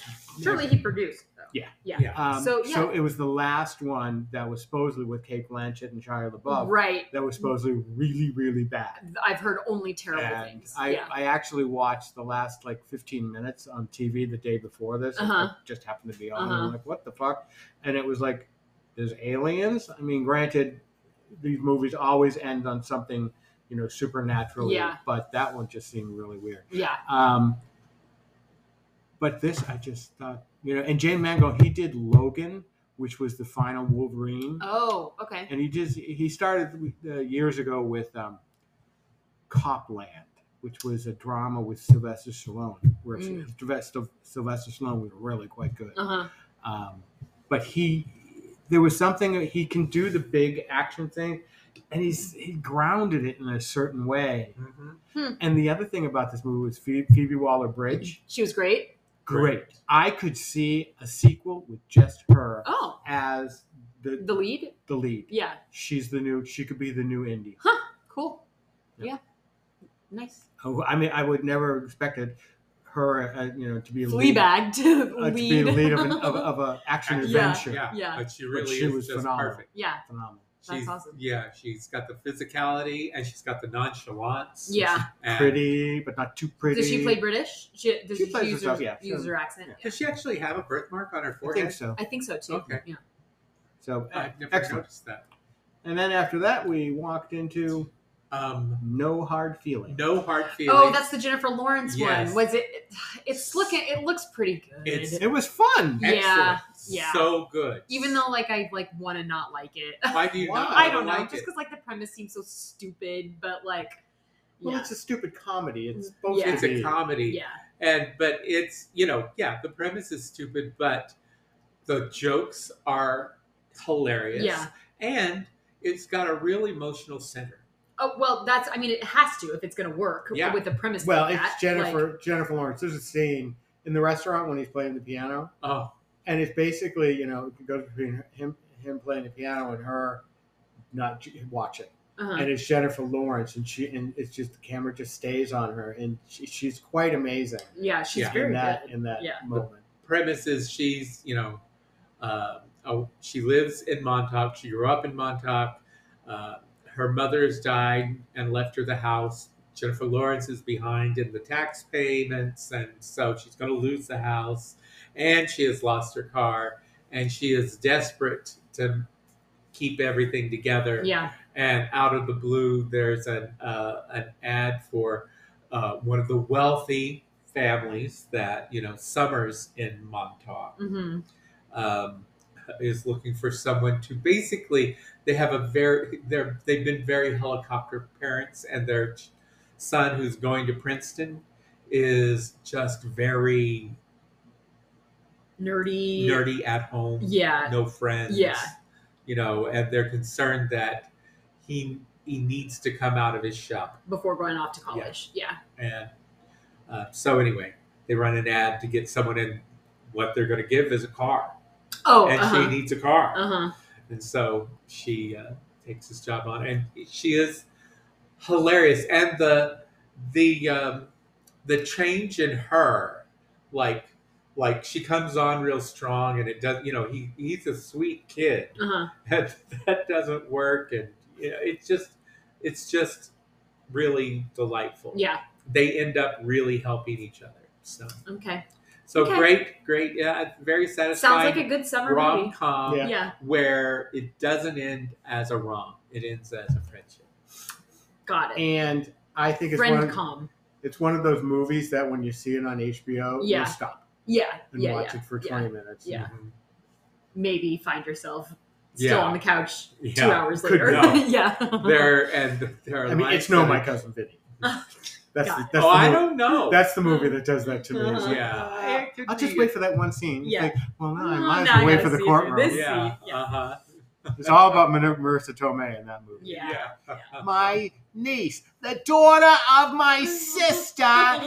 Speaker 2: Surely he produced. Though.
Speaker 4: Yeah.
Speaker 2: Yeah.
Speaker 1: Yeah.
Speaker 4: Um, so,
Speaker 2: So, yeah.
Speaker 4: it was the last one that was supposedly with Kate Blanchett and Shia LaBeouf
Speaker 2: Right.
Speaker 4: that was supposedly really, really bad.
Speaker 2: I've heard only terrible
Speaker 4: And
Speaker 2: things.
Speaker 4: I,
Speaker 2: yeah.
Speaker 4: I actually watched the last like 15 minutes on TV the day before this.
Speaker 2: Uh-huh.
Speaker 4: It just happened to be on. and
Speaker 2: Uh-huh.
Speaker 4: I'm like, what the fuck? And it was like, there's aliens. I mean, granted, these movies always end on something, you know, supernaturally.
Speaker 2: Yeah.
Speaker 4: But that one just seemed really weird.
Speaker 2: Yeah.
Speaker 4: Um, but this, I just thought, you know, and Jane Mangold, he did Logan, which was the final Wolverine
Speaker 2: Oh, okay.
Speaker 4: and he just he started uh, years ago with um, Copland, which was a drama with Sylvester Stallone, where
Speaker 2: Mm.
Speaker 4: Sylvester, Sylvester Stallone was really quite good.
Speaker 2: Uh huh.
Speaker 4: Um, but he, there was something that he can do the big action thing, and he's he grounded it in a certain way.
Speaker 1: hmm
Speaker 4: And the other thing about this movie was Phoebe, Phoebe Waller Bridge.
Speaker 2: She was great.
Speaker 4: Great, I could see a sequel with just her
Speaker 2: Oh,
Speaker 4: as the
Speaker 2: the lead.
Speaker 4: the lead.
Speaker 2: Yeah.
Speaker 4: She's the new. She could be the new Indy.
Speaker 2: Cool.
Speaker 4: Yeah.
Speaker 2: Yeah. Nice.
Speaker 4: who- I mean, I would never expected her, uh, you know, to be a lead,
Speaker 2: Fleabag to
Speaker 4: uh,
Speaker 2: lead.
Speaker 4: to be a lead of
Speaker 2: [laughs]
Speaker 4: an of, of a action
Speaker 2: Yeah.
Speaker 4: adventure.
Speaker 1: Yeah,
Speaker 2: Yeah.
Speaker 1: but she really
Speaker 4: she
Speaker 1: is
Speaker 4: was
Speaker 1: just
Speaker 4: phenomenal.
Speaker 1: perfect.
Speaker 2: yeah.
Speaker 4: Phenomenal.
Speaker 2: That's
Speaker 1: she's,
Speaker 2: awesome.
Speaker 1: Yeah, she's got the physicality and she's got the nonchalance.
Speaker 2: Yeah.
Speaker 1: and-
Speaker 4: Pretty, but not too pretty.
Speaker 2: Does she play British? She, does
Speaker 4: She
Speaker 2: she,
Speaker 4: plays
Speaker 2: use,
Speaker 4: herself,
Speaker 2: her,
Speaker 4: yeah.
Speaker 2: use her accent?
Speaker 4: Yeah.
Speaker 2: Yeah.
Speaker 1: Does she actually have a birthmark on her
Speaker 4: I
Speaker 1: forehead?
Speaker 4: think so.
Speaker 2: I think so too.
Speaker 1: Okay.
Speaker 2: Yeah.
Speaker 4: So uh,
Speaker 1: I've never
Speaker 4: excellent.
Speaker 1: noticed that.
Speaker 4: And then after that, we walked into
Speaker 1: Um,
Speaker 4: No Hard Feeling.
Speaker 1: no hard feelings.
Speaker 2: Oh, that's the Jennifer Lawrence
Speaker 1: Yes.
Speaker 2: one. Was it? It's looking. It looks pretty good.
Speaker 1: It's-
Speaker 4: It was fun.
Speaker 2: Yeah.
Speaker 1: excellent.
Speaker 2: yeah.
Speaker 1: So good.
Speaker 2: Even though, like, I like want to not like it. [laughs]
Speaker 1: Why do you
Speaker 4: Wow.
Speaker 1: not?
Speaker 2: I don't know,
Speaker 1: Oh, like
Speaker 2: just
Speaker 1: it?
Speaker 2: because like the premise seems so stupid, but like,
Speaker 4: Well,
Speaker 2: yeah,
Speaker 4: it's a stupid comedy. It's supposed
Speaker 2: Yeah.
Speaker 1: it's
Speaker 4: to be.
Speaker 1: a comedy.
Speaker 2: yeah,
Speaker 1: and but it's you know yeah the premise is stupid but the jokes are hilarious
Speaker 2: Yeah.
Speaker 1: and it's got a real emotional center
Speaker 2: Oh well, that's I mean, it has to if it's gonna work
Speaker 1: Yeah.
Speaker 2: with a premise.
Speaker 4: well,
Speaker 2: like that.
Speaker 4: it's Jennifer Jennifer Lawrence. There's a scene in the restaurant when he's playing the piano.
Speaker 1: oh
Speaker 4: and it's basically you know it goes between him him playing the piano and her not j- watching
Speaker 2: Like, uh-huh.
Speaker 4: and it's jennifer lawrence and she and it's just the camera just stays on her and she, she's quite amazing
Speaker 2: yeah, she's
Speaker 1: Yeah.
Speaker 2: very
Speaker 4: in that
Speaker 2: good.
Speaker 4: in that
Speaker 2: Yeah.
Speaker 4: moment
Speaker 1: premise is she's you know uh, oh, she lives in montauk she grew up in montauk uh, her mother's died and left her the house jennifer lawrence is behind in the tax payments and so she's going to lose the house and she has lost her car and she is desperate to keep everything together
Speaker 2: Yeah,
Speaker 1: and out of the blue, there's an uh, an ad for uh, one of the wealthy families that you know Summers in Montauk
Speaker 2: hmm
Speaker 1: um, is looking for someone to basically they have a very they're they've been very helicopter parents and their ch- son who's going to Princeton is just very
Speaker 2: nerdy.
Speaker 1: nerdy at home
Speaker 2: Yeah,
Speaker 1: no friends.
Speaker 2: Yeah.
Speaker 1: You know, and they're concerned that he he needs to come out of his shop.
Speaker 2: before going off to college. Yeah,
Speaker 1: And uh, so anyway, they run an ad to get someone in. What they're going to give is a car,
Speaker 2: oh,
Speaker 1: and
Speaker 2: uh huh,
Speaker 1: she needs a car,
Speaker 2: uh huh,
Speaker 1: and so she uh, takes this job on, and she is hilarious. And the the um, the change in her, like like she comes on real strong, and it does. You know, he he's a sweet kid, [laughs]
Speaker 2: uh huh.
Speaker 1: that that doesn't work and you know, it's just it's just really delightful
Speaker 2: Yeah,
Speaker 1: they end up really helping each other So,
Speaker 2: Okay.
Speaker 1: so
Speaker 2: Okay.
Speaker 1: great, great. Yeah, very satisfying.
Speaker 2: Sounds like a good summer
Speaker 1: rom
Speaker 2: movie.
Speaker 1: com
Speaker 4: Yeah.
Speaker 2: Yeah.
Speaker 1: where it doesn't end as a rom, it ends as a friendship.
Speaker 2: Got it.
Speaker 4: And I think it's one,
Speaker 2: Friend
Speaker 4: of,
Speaker 2: com.
Speaker 4: it's one of those movies that when you see it on HBO,
Speaker 2: Yeah.
Speaker 4: you stop
Speaker 2: Yeah.
Speaker 4: and
Speaker 2: Yeah.
Speaker 4: watch
Speaker 2: Yeah.
Speaker 4: it for
Speaker 2: yeah.
Speaker 4: 20 minutes.
Speaker 2: Yeah.
Speaker 1: Mhm.
Speaker 2: Maybe find yourself still
Speaker 1: Yeah.
Speaker 2: on the couch two
Speaker 1: Yeah.
Speaker 2: hours
Speaker 4: Could
Speaker 2: later. [laughs]
Speaker 1: go.
Speaker 4: [laughs]
Speaker 2: yeah.
Speaker 1: There and there are
Speaker 4: I mean,
Speaker 1: lines
Speaker 4: it's no
Speaker 1: that-
Speaker 4: My Cousin Vinny. That's
Speaker 2: [laughs] Got
Speaker 4: the,
Speaker 2: it.
Speaker 4: that's,
Speaker 1: oh,
Speaker 4: the
Speaker 1: I
Speaker 4: movie,
Speaker 1: don't know.
Speaker 4: that's the movie that does that to me.
Speaker 2: Uh-huh.
Speaker 4: is like,
Speaker 1: yeah. It could
Speaker 4: I'll just
Speaker 1: be-
Speaker 4: wait for that one scene. It's
Speaker 2: Yeah.
Speaker 4: like, well, no, I
Speaker 2: Oh, now
Speaker 4: might as
Speaker 2: I
Speaker 4: well wait
Speaker 2: gotta
Speaker 4: for the
Speaker 2: see
Speaker 4: courtroom.
Speaker 2: this.
Speaker 1: Yeah.
Speaker 2: Yeah.
Speaker 1: Uh-huh.
Speaker 4: It's all about Mar- Marissa Tomei in that movie.
Speaker 2: Yeah.
Speaker 3: My niece, the daughter of my sister.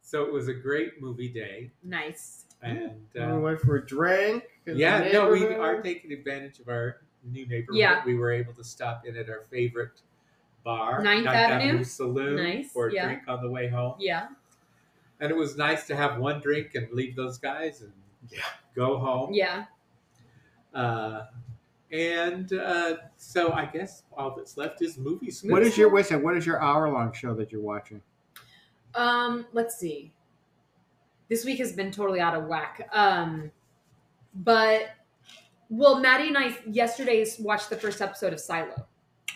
Speaker 1: so it was a great movie day,
Speaker 2: nice.
Speaker 1: and
Speaker 4: We
Speaker 1: uh,
Speaker 4: went for a drink. in the
Speaker 1: yeah, no, we are
Speaker 4: neighborhood.
Speaker 1: taking advantage of our new neighborhood.
Speaker 2: Yeah.
Speaker 1: We were able to stop in at our favorite bar,
Speaker 2: Ninth Avenue.
Speaker 1: Saloon,
Speaker 2: Nice,
Speaker 1: for a
Speaker 2: yeah.
Speaker 1: drink on the way home,
Speaker 2: Yeah.
Speaker 1: and it was nice to have one drink and leave those guys and
Speaker 4: Yeah.
Speaker 1: go home.
Speaker 2: Yeah.
Speaker 1: Uh, and uh, so I guess all that's left is movie snooze.
Speaker 4: What is your wait a second, What is your hour long show that you're watching?
Speaker 2: Um, let's see. This week has been totally out of whack. Um, but well, Maddie and I yesterday watched the first episode of Silo.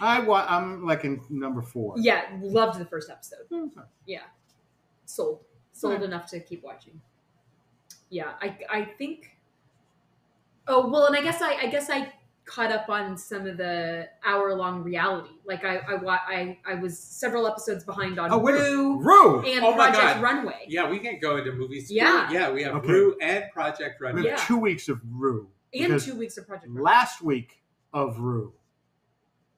Speaker 4: I wa- I'm like in number four.
Speaker 2: Yeah, loved the first episode.
Speaker 4: Okay.
Speaker 2: Sold, sold
Speaker 4: Okay.
Speaker 2: enough to keep watching. Yeah, I I think. Oh well, and I guess I I guess I caught up on some of the hour long reality. Like I I wa- I I was several episodes behind on
Speaker 4: Oh, wait a-
Speaker 2: Rue
Speaker 4: Rue.
Speaker 2: and
Speaker 1: Oh my
Speaker 2: Project
Speaker 1: God.
Speaker 2: Runway.
Speaker 1: Yeah, we can't go into movies.
Speaker 2: Yeah.
Speaker 1: yeah, we have
Speaker 4: Okay.
Speaker 1: Rue and Project
Speaker 4: We have
Speaker 1: Runway.
Speaker 2: Yeah.
Speaker 4: two weeks of Rue.
Speaker 2: and
Speaker 4: because
Speaker 2: two weeks of Project Runway.
Speaker 4: last week of Rue,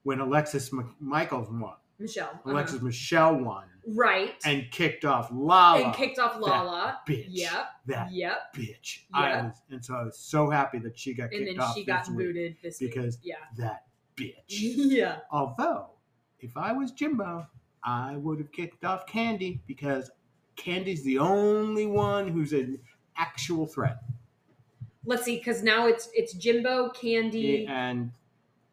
Speaker 4: when Alexis Mc- Michaels won,
Speaker 2: Michelle. uh-huh.
Speaker 4: Alexis Michelle won,
Speaker 2: Right.
Speaker 4: and kicked off Lala.
Speaker 2: and kicked off Lala.
Speaker 4: bitch.
Speaker 2: Yep.
Speaker 4: That
Speaker 2: Yep.
Speaker 4: bitch.
Speaker 2: Yeah.
Speaker 4: I was, and so I was so happy that she got
Speaker 2: And
Speaker 4: kicked
Speaker 2: then
Speaker 4: off
Speaker 2: she got
Speaker 4: this week.
Speaker 2: booted this week.
Speaker 4: because-
Speaker 2: Yeah. [laughs]
Speaker 4: That bitch.
Speaker 2: Yeah.
Speaker 4: Although, if I was Jimbo, I would have kicked off Candy because Candy's the only one who's an actual threat.
Speaker 2: Let's see, because now it's it's Jimbo, Candy.
Speaker 4: And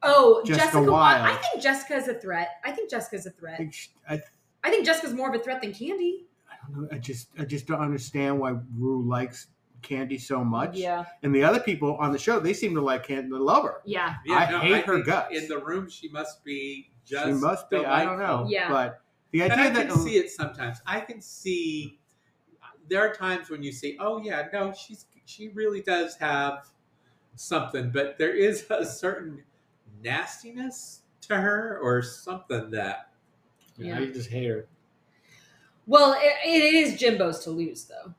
Speaker 2: Oh,
Speaker 4: Jessica
Speaker 2: Jessica. Wilde. I
Speaker 4: Wilde.
Speaker 2: think Jessica's a threat. I think Jessica's a
Speaker 4: I
Speaker 2: threat.
Speaker 4: think she, I,
Speaker 2: I think Jessica's more of a threat than Candy.
Speaker 4: I don't know. I just I just don't understand why Rue likes Candy so much. And the other people on the show, they seem to like Candy, they love her.
Speaker 2: Yeah.
Speaker 4: I hate her
Speaker 1: think
Speaker 4: guts.
Speaker 1: In the room, she must be just.
Speaker 4: She must be. I don't
Speaker 1: delightful.
Speaker 4: know.
Speaker 2: Yeah.
Speaker 4: But the
Speaker 1: And
Speaker 4: idea
Speaker 1: I can
Speaker 4: that
Speaker 1: see it sometimes. I can see. There are times when you see, oh yeah, no, she's she really does have something, but there is a certain nastiness to her or something that
Speaker 2: Yeah.
Speaker 4: I just hate her.
Speaker 2: Well, it, it is Jimbo's to lose though.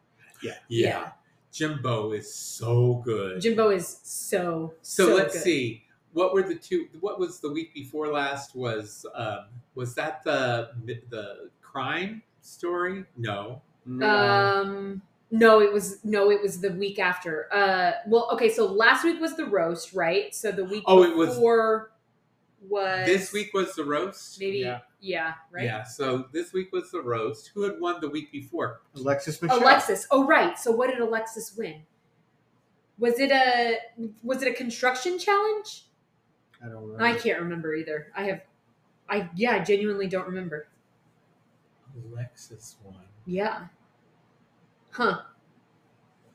Speaker 2: Yeah.
Speaker 1: Jimbo is so good.
Speaker 2: Jimbo is so
Speaker 1: So, let's
Speaker 2: good.
Speaker 1: see. What were the two? What was the week before last? Was um, was that the the crime story? No.
Speaker 4: No.
Speaker 2: Um, no, it was no, it was the week after. Uh, well, okay, so last week was the roast, right? So the week
Speaker 1: Oh, it was-
Speaker 2: before was
Speaker 1: This week was the roast.
Speaker 2: maybe, yeah,
Speaker 4: Yeah.
Speaker 2: right.
Speaker 1: Yeah. So this week was the roast. Who had won the week before?
Speaker 4: Alexis Michelle.
Speaker 2: Alexis. Oh, right. So what did Alexis win? Was it a was it a construction challenge?
Speaker 4: I don't know.
Speaker 2: I can't remember either. I have, I yeah, I genuinely don't remember.
Speaker 1: Alexis won.
Speaker 2: Yeah. Huh.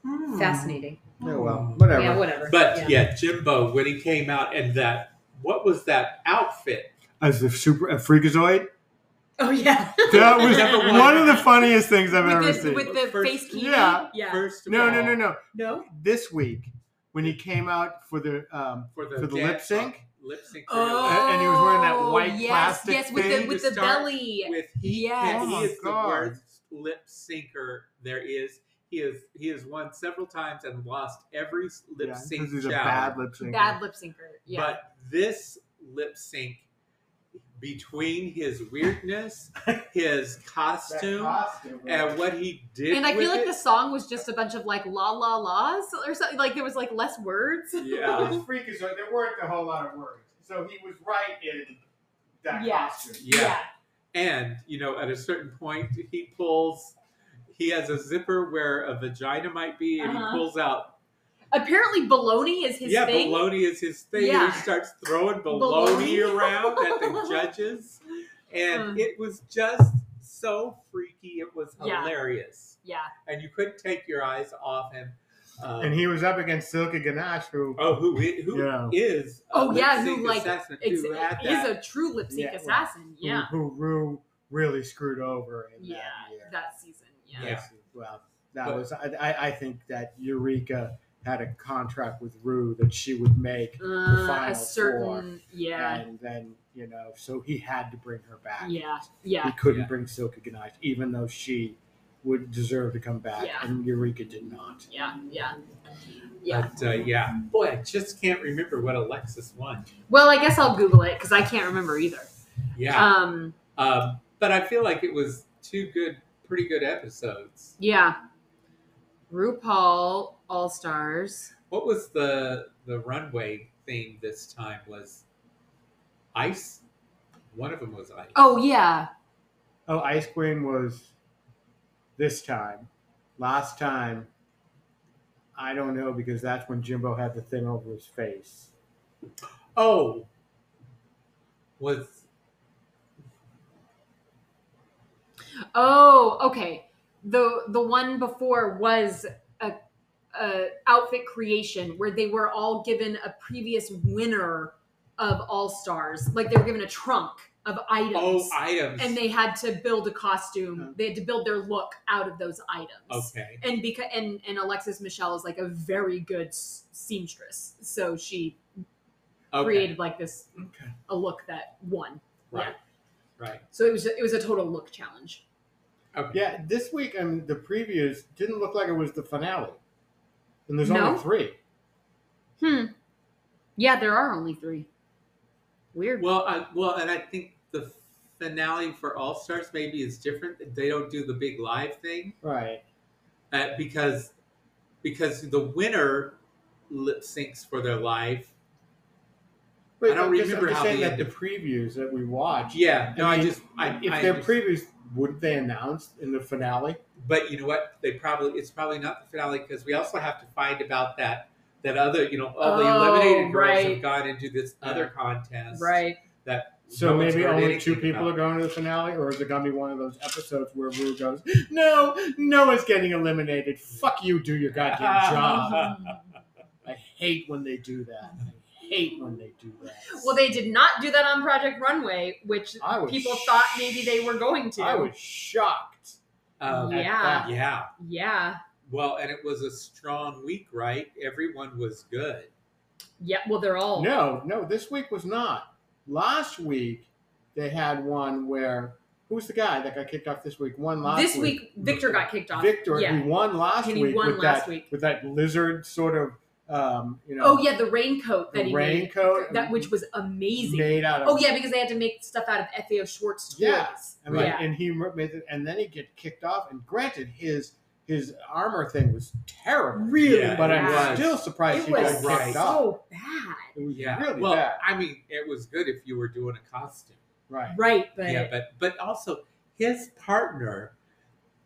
Speaker 2: Hmm. Fascinating.
Speaker 4: Oh, well, Hmm. whatever.
Speaker 2: Yeah. Whatever.
Speaker 1: But yeah. Jimbo when he came out and that what was that outfit?
Speaker 4: As the super a freakazoid.
Speaker 2: Oh yeah.
Speaker 4: That
Speaker 2: [laughs]
Speaker 4: was
Speaker 1: Number one.
Speaker 4: one of the funniest things I've ever
Speaker 2: with the,
Speaker 4: seen.
Speaker 2: with the
Speaker 1: First-
Speaker 2: face key.
Speaker 4: Yeah.
Speaker 2: Yeah.
Speaker 1: First of
Speaker 4: no,
Speaker 1: all,
Speaker 4: no, no, no.
Speaker 2: No.
Speaker 4: This week, when he came out for the um,
Speaker 1: For the,
Speaker 4: For the
Speaker 1: dance-
Speaker 4: lip sync?
Speaker 1: Lip sync. for your lip-
Speaker 4: and he was wearing that
Speaker 2: Oh,
Speaker 4: white
Speaker 2: yes,
Speaker 4: plastic
Speaker 2: Yes, with
Speaker 4: thing
Speaker 2: the
Speaker 4: to
Speaker 2: with the
Speaker 1: start
Speaker 2: belly.
Speaker 1: with he,
Speaker 2: Yes.
Speaker 1: and he
Speaker 4: Oh my
Speaker 1: is the
Speaker 4: God.
Speaker 1: worst lip syncer there is. He is he has won several times and lost every lip
Speaker 4: yeah,
Speaker 1: sync
Speaker 4: this is a
Speaker 1: challenge.
Speaker 4: bad lip sync.
Speaker 2: Bad lip syncer. Yeah.
Speaker 1: But this lip sync between his
Speaker 2: [laughs]
Speaker 1: weirdness, his costume, and what he did.
Speaker 2: and I feel
Speaker 1: with
Speaker 2: like
Speaker 1: it,
Speaker 2: the song was just a bunch of like la la la's or something. Like there was like less words.
Speaker 1: Yeah.
Speaker 2: [laughs]
Speaker 4: freakazoid. There weren't a whole lot of words, so he was right in
Speaker 2: Yeah.
Speaker 1: Yeah. And, you know, at a certain point, he pulls, he has a zipper where a vagina might be, and
Speaker 2: Uh-huh.
Speaker 1: he pulls out.
Speaker 2: Apparently, baloney is his
Speaker 1: yeah,
Speaker 2: thing.
Speaker 1: baloney is his thing.
Speaker 2: Yeah.
Speaker 1: And he starts
Speaker 2: [laughs]
Speaker 1: throwing baloney,
Speaker 2: Baloney. [laughs]
Speaker 1: around at the judges. And
Speaker 2: Mm.
Speaker 1: it was just so freaky. It was
Speaker 2: Yeah.
Speaker 1: hilarious,
Speaker 2: yeah.
Speaker 1: and you couldn't take your eyes off him. Um,
Speaker 4: and he was up against Silky Ganache, who
Speaker 1: oh, who i- who
Speaker 4: Yeah.
Speaker 1: is a
Speaker 2: Oh, yeah,
Speaker 1: lip-sync
Speaker 2: who, like,
Speaker 1: assassin
Speaker 2: It's,
Speaker 1: who had
Speaker 2: he's
Speaker 1: that-
Speaker 2: a true lip sync
Speaker 4: Yeah, well,
Speaker 2: assassin.
Speaker 4: who-
Speaker 2: Yeah.
Speaker 4: who, Rue really screwed over in
Speaker 2: yeah.
Speaker 4: that year.
Speaker 2: That season. Yeah.
Speaker 1: Yeah.
Speaker 4: Yes, Well, that
Speaker 1: But-
Speaker 4: was I, I. I think that Eureka had a contract with Rue that she would make, The
Speaker 2: Uh,
Speaker 4: final
Speaker 2: a certain. Yeah.
Speaker 4: and then you know, so he had to bring her back.
Speaker 2: Yeah. Yeah.
Speaker 4: He couldn't
Speaker 1: Yeah.
Speaker 4: bring Silka Ganache, even though she would deserve to come back,
Speaker 2: Yeah.
Speaker 4: and Eureka did not.
Speaker 2: Yeah. Yeah. Yeah.
Speaker 1: But uh, yeah, boy, I just can't remember what Alexis won.
Speaker 2: Well, I guess I'll Google it because I can't remember either.
Speaker 1: Yeah,
Speaker 2: Um.
Speaker 1: um, but I feel like it was two good, pretty good episodes.
Speaker 2: Yeah. RuPaul All Stars.
Speaker 1: What was the the runway theme this time? Was ice? One of them was ice.
Speaker 2: Oh yeah.
Speaker 4: Oh, Ice Queen was this time. Last time, I don't know because that's when Jimbo had the thing over his face.
Speaker 1: Oh, was
Speaker 2: Oh, okay. The the one before was a, a outfit creation where they were all given a previous winner of All Stars. Like they were given a trunk of items.
Speaker 1: oh items?
Speaker 2: and they had to build a costume.
Speaker 4: Huh.
Speaker 2: They had to build their look out of those items.
Speaker 1: okay,
Speaker 2: And because and, and Alexis Michelle is like a very good s- seamstress, so she
Speaker 1: okay,
Speaker 2: created like this
Speaker 4: Okay.
Speaker 2: a look that won.
Speaker 1: right, right.
Speaker 2: So it was it was a total look challenge.
Speaker 1: Okay.
Speaker 4: Yeah, this week and the previews didn't look like it was the finale. And there's
Speaker 2: No?
Speaker 4: only three.
Speaker 2: Hmm. Yeah, there are only three. Weird.
Speaker 1: Well, I, well, and I think the finale for All Stars maybe is different. They don't do the big live thing
Speaker 4: Right.
Speaker 1: uh, because because the winner lip syncs for their live.
Speaker 4: But
Speaker 1: I don't
Speaker 4: I'm just,
Speaker 1: remember
Speaker 4: I'm just
Speaker 1: how
Speaker 4: saying
Speaker 1: they
Speaker 4: that the
Speaker 1: ended.
Speaker 4: previews that we watched.
Speaker 1: Yeah, no, I,
Speaker 4: mean,
Speaker 1: just I,
Speaker 4: if
Speaker 1: I
Speaker 4: they're
Speaker 1: just-
Speaker 4: previews, wouldn't they announce in the finale?
Speaker 1: but you know what? They probably it's probably not the finale because we also have to find about that that other you know all the
Speaker 2: Oh,
Speaker 1: eliminated girls
Speaker 2: right.
Speaker 1: have gone into this
Speaker 4: Yeah.
Speaker 1: other contest,
Speaker 4: [laughs]
Speaker 2: right.
Speaker 4: So
Speaker 1: No one's
Speaker 4: maybe
Speaker 1: heard
Speaker 4: only
Speaker 1: anything
Speaker 4: two people
Speaker 1: about
Speaker 4: are going to the finale, or is it going to be one of those episodes where Rue goes, "No, no one's getting eliminated. Fuck you, do
Speaker 1: [laughs]
Speaker 4: your goddamn job." I hate when they do that. I hate when they do that.
Speaker 2: well, they did not do that on Project Runway, which
Speaker 4: I was
Speaker 2: people thought maybe they were going to.
Speaker 4: Oh, I was shocked.
Speaker 1: Um,
Speaker 4: at
Speaker 2: Yeah.
Speaker 4: that.
Speaker 1: yeah.
Speaker 2: yeah.
Speaker 1: Well, and it was a strong week, right? Everyone was good.
Speaker 2: Yeah. Well, they're all.
Speaker 4: No, no, this week was not. Last week they had one where who's the guy that got kicked off this week? One last
Speaker 2: this week, Victor got kicked off.
Speaker 4: Victor,
Speaker 2: Yeah.
Speaker 4: he won last
Speaker 2: And he
Speaker 4: week
Speaker 2: won
Speaker 4: with
Speaker 2: last
Speaker 4: that
Speaker 2: week.
Speaker 4: with that lizard sort of um, you know
Speaker 2: Oh yeah, the raincoat that
Speaker 4: the
Speaker 2: he
Speaker 4: raincoat
Speaker 2: made, that which was amazing.
Speaker 4: made out of
Speaker 2: Oh yeah, because they had to make stuff out of F.A.O. Schwartz toys.
Speaker 4: Yeah. I mean,
Speaker 2: yeah.
Speaker 4: and he made it, and then he get kicked off. And granted, his his armor thing was terrible,
Speaker 1: Really
Speaker 4: But
Speaker 2: bad.
Speaker 4: I'm still surprised
Speaker 2: it
Speaker 4: he
Speaker 2: was
Speaker 4: got
Speaker 1: right.
Speaker 4: kicked off.
Speaker 2: so bad.
Speaker 4: It was
Speaker 1: Yeah.
Speaker 4: really
Speaker 1: well,
Speaker 4: bad,
Speaker 1: I mean, it was good if you were doing a costume.
Speaker 4: right?
Speaker 2: Right, but
Speaker 1: yeah, but but also his partner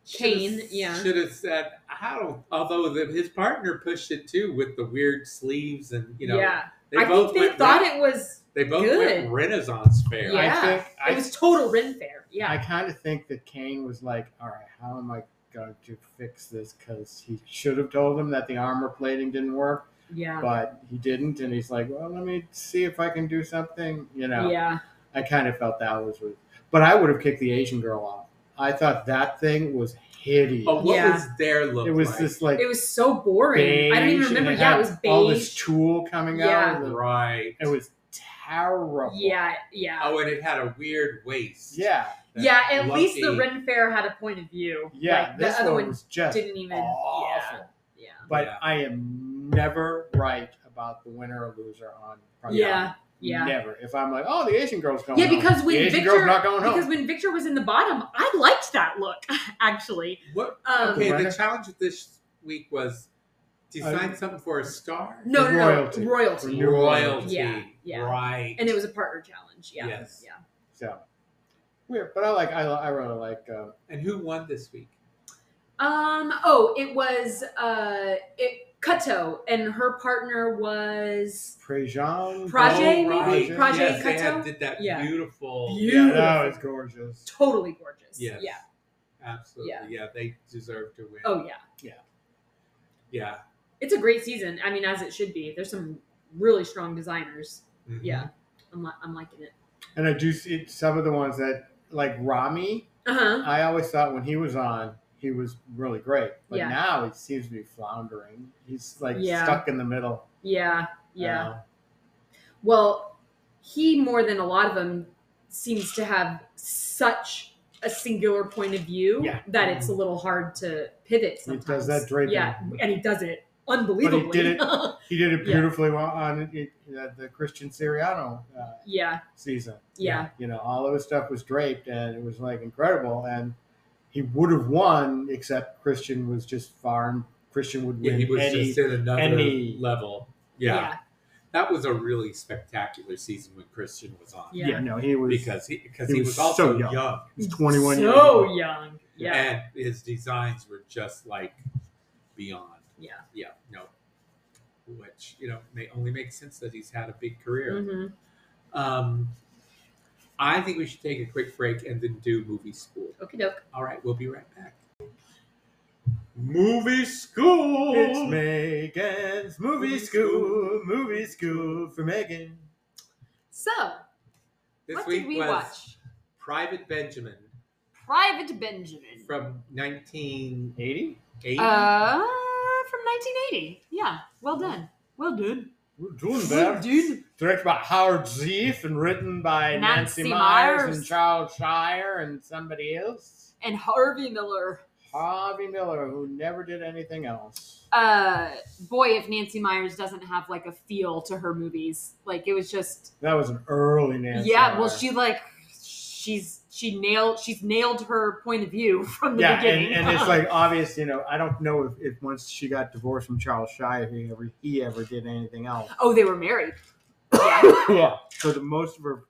Speaker 2: Kane, yeah.
Speaker 1: should have said I don't. Although the, his partner pushed it too with the weird sleeves and you know
Speaker 2: yeah,
Speaker 1: they
Speaker 2: I
Speaker 1: both
Speaker 2: think they
Speaker 1: went
Speaker 2: thought
Speaker 1: re-
Speaker 2: it was
Speaker 1: they both
Speaker 2: good.
Speaker 1: went Renaissance fair.
Speaker 2: Yeah.
Speaker 4: I think I,
Speaker 2: it was total Ren fair. Yeah,
Speaker 4: I kind of think that Kane was like, all right, how am I going to fix this? Because he should have told him that the armor plating didn't work,
Speaker 2: yeah,
Speaker 4: but he didn't, and he's like, well, let me see if I can do something. You know,
Speaker 2: yeah.
Speaker 4: I kind of felt that was, rude. but I would have kicked the Asian girl off. I thought that thing was hideous.
Speaker 1: Oh, what
Speaker 2: Yeah.
Speaker 1: was their look?
Speaker 4: it was
Speaker 1: like?
Speaker 4: this like
Speaker 2: It was so boring. I don't even
Speaker 4: beige, and
Speaker 2: remember.
Speaker 4: it
Speaker 2: Yeah,
Speaker 4: had
Speaker 2: it was
Speaker 4: All this
Speaker 2: beige.
Speaker 4: tulle coming
Speaker 2: Yeah.
Speaker 4: out. of the-
Speaker 1: right.
Speaker 4: It was terrible.
Speaker 2: yeah, yeah,
Speaker 1: Oh, and it had a weird waist.
Speaker 4: Yeah.
Speaker 2: yeah. At
Speaker 1: Lucky.
Speaker 2: least the Ren fair had a point of view.
Speaker 4: Yeah.
Speaker 2: Like,
Speaker 4: this
Speaker 2: the other
Speaker 4: one
Speaker 2: one
Speaker 4: was just
Speaker 2: didn't even.
Speaker 4: awful.
Speaker 2: Yeah,
Speaker 4: But
Speaker 1: Yeah.
Speaker 4: I am never right about the winner or loser on. Prime
Speaker 2: yeah,
Speaker 4: Time.
Speaker 2: yeah. yeah.
Speaker 4: Never. If I'm like, oh, the Asian girl's going.
Speaker 2: Yeah,
Speaker 4: home.
Speaker 2: because when
Speaker 4: the Asian
Speaker 2: Victor-
Speaker 4: girl's not going
Speaker 2: Because
Speaker 4: home.
Speaker 2: when Victor was in the bottom, I liked that look [laughs] actually.
Speaker 1: What?
Speaker 2: Um,
Speaker 1: Okay,
Speaker 4: Right.
Speaker 1: the challenge of this week was design
Speaker 4: Uh,
Speaker 1: something for a star.
Speaker 2: No, no,
Speaker 4: Royalty.
Speaker 2: no, royalty.
Speaker 4: Royalty.
Speaker 1: Royalty.
Speaker 2: Yeah, yeah.
Speaker 1: Right.
Speaker 2: And it was a partner challenge. Yeah,
Speaker 1: Yes.
Speaker 2: yeah.
Speaker 4: So weird, but I like. I, I really like. Uh,
Speaker 1: And who won this week?
Speaker 2: Um. Oh, it was uh, it, Kato, and her partner was
Speaker 4: Prejean.
Speaker 2: Prajay,
Speaker 1: Oh,
Speaker 2: maybe?
Speaker 1: right.
Speaker 2: Prajay
Speaker 1: yes, they
Speaker 2: Kato?
Speaker 1: had- did that
Speaker 2: Yeah.
Speaker 1: beautiful.
Speaker 4: Yeah,
Speaker 2: Beautiful.
Speaker 4: that was gorgeous.
Speaker 2: totally gorgeous.
Speaker 1: Yes.
Speaker 2: Yeah.
Speaker 1: Absolutely.
Speaker 2: Yeah.
Speaker 1: Yeah. they deserve to win.
Speaker 2: Oh yeah.
Speaker 1: Yeah.
Speaker 2: It's a great season. I mean, as it should be. There's some really strong designers.
Speaker 1: Mhm.
Speaker 4: Mm-hmm.
Speaker 2: Yeah. I'm, li- I'm liking it.
Speaker 4: And I do see some of the ones that, like Rami,
Speaker 2: Uh huh.
Speaker 4: I always thought when he was on, he was really great. But
Speaker 2: Yeah.
Speaker 4: now he seems to be floundering. He's like
Speaker 2: Yeah.
Speaker 4: stuck in the middle.
Speaker 2: Yeah. Yeah.
Speaker 4: now.
Speaker 2: Well, he more than a lot of them seems to have such a singular point of view
Speaker 4: Yeah.
Speaker 2: that it's a little hard to pivot.
Speaker 4: He
Speaker 2: Sometimes.
Speaker 4: does that draping.
Speaker 2: Yeah, and he does it unbelievably.
Speaker 4: did He did it
Speaker 2: Yeah.
Speaker 4: beautifully well on it, uh, the Christian Siriano uh,
Speaker 2: [laughs] yeah,
Speaker 4: season.
Speaker 2: Yeah.
Speaker 4: You know, all of his stuff was draped and it was like incredible. And he would have won, except Christian was just far and Christian would
Speaker 1: Yeah,
Speaker 4: win
Speaker 1: he was
Speaker 4: any.
Speaker 1: just in another
Speaker 4: any-
Speaker 1: level. Yeah.
Speaker 2: yeah,
Speaker 1: That was a really spectacular season when Christian was on.
Speaker 2: yeah.
Speaker 4: yeah. no, he was
Speaker 1: Because he because
Speaker 4: He
Speaker 1: he,
Speaker 4: was
Speaker 1: was, also
Speaker 4: so young.
Speaker 1: young.
Speaker 4: he's 21 years
Speaker 2: so
Speaker 4: old.
Speaker 2: young. Yeah,
Speaker 1: And his designs were just like beyond.
Speaker 2: Yeah.
Speaker 1: Yeah. No. Which, you know, may only make sense that he's had a big career.
Speaker 2: hmm
Speaker 1: Um I think we should take a quick break and then do movie school.
Speaker 2: Okie doke.
Speaker 1: All right, we'll be right back. Movie school.
Speaker 4: It's Megan's movie school, movie school for Megan.
Speaker 2: So,
Speaker 1: This
Speaker 2: what
Speaker 1: week
Speaker 2: did we
Speaker 1: was
Speaker 2: watch?
Speaker 1: Private Benjamin
Speaker 2: Private Benjamin.
Speaker 1: from 1980.
Speaker 4: 80?
Speaker 2: Uh, from 1980. Yeah, well done. Well done.
Speaker 4: We're doing that.
Speaker 2: Dude.
Speaker 4: Directed by Howard Zeef and written by
Speaker 2: Nancy
Speaker 4: Nancy, Myers,
Speaker 2: Myers.
Speaker 4: and Charles Shire and somebody else.
Speaker 2: And Harvey Miller.
Speaker 4: Harvey Miller, who never did anything else.
Speaker 2: Uh, boy, if Nancy Myers doesn't have like a feel to her movies, like it was just
Speaker 4: That was an early Nancy.
Speaker 2: yeah well
Speaker 4: Myers.
Speaker 2: she like she's she nailed she's nailed her point of view [laughs] from the
Speaker 4: yeah, and,
Speaker 2: beginning
Speaker 4: and it's like obvious, you know. I don't know if, if once she got divorced from Charles Shire, he ever he ever did anything else.
Speaker 2: [laughs] oh they were
Speaker 1: [coughs]
Speaker 2: married [laughs] yeah.
Speaker 4: yeah. So the most of her